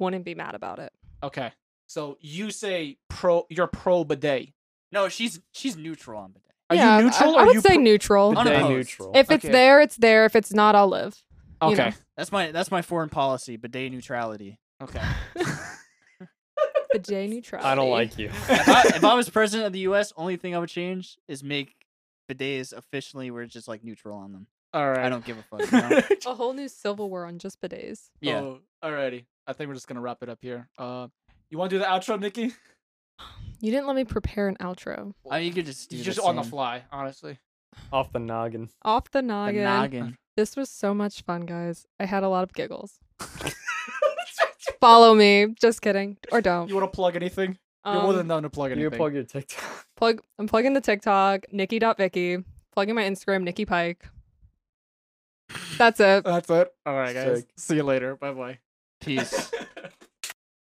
Speaker 3: wouldn't be mad about it.
Speaker 2: Okay. So you say pro. You're pro bidet.
Speaker 1: No, she's she's neutral on bidet.
Speaker 2: Are
Speaker 3: Yeah, I-
Speaker 2: you neutral?
Speaker 3: I,
Speaker 2: or are
Speaker 3: would
Speaker 2: you
Speaker 3: say
Speaker 2: pro-
Speaker 3: neutral.
Speaker 1: On a
Speaker 4: Bidet
Speaker 1: post.
Speaker 4: neutral.
Speaker 3: If it's
Speaker 2: Okay.
Speaker 3: there, it's there. If it's not, I'll live. you know.
Speaker 2: Okay.
Speaker 1: That's my that's my foreign policy. Bidet neutrality.
Speaker 2: Okay.
Speaker 3: Bidet neutrality.
Speaker 4: I don't like you.
Speaker 1: If I, if I was president of the U.S., only thing I would change is make bidets officially where it's just like neutral on them.
Speaker 2: All right.
Speaker 1: I don't give a fuck. You know?
Speaker 3: a whole new civil war on just bidets.
Speaker 1: yeah.
Speaker 2: Oh, alrighty. I think we're just gonna wrap it up here. Uh, you want to do the outro, Nikki?
Speaker 3: You didn't let me prepare an outro.
Speaker 1: I mean, you could just do
Speaker 2: You're
Speaker 1: the
Speaker 2: Oh, just on the
Speaker 1: same.
Speaker 2: fly, honestly.
Speaker 4: Off the noggin.
Speaker 3: Off the
Speaker 1: The
Speaker 3: noggin.
Speaker 1: noggin.
Speaker 3: This was so much fun, guys. I had a lot of giggles. Follow me. Just kidding. Or don't.
Speaker 2: You want to plug anything? You're
Speaker 3: Um,
Speaker 2: more than down to plug
Speaker 4: You
Speaker 2: anything.
Speaker 4: plug your TikTok.
Speaker 3: plug I'm plugging the TikTok, Nikki.Vicky, plugging my Instagram, Nikki Pike. That's it.
Speaker 2: That's it. All right, guys.
Speaker 4: Sick.
Speaker 2: See you later. Bye bye.
Speaker 1: Peace.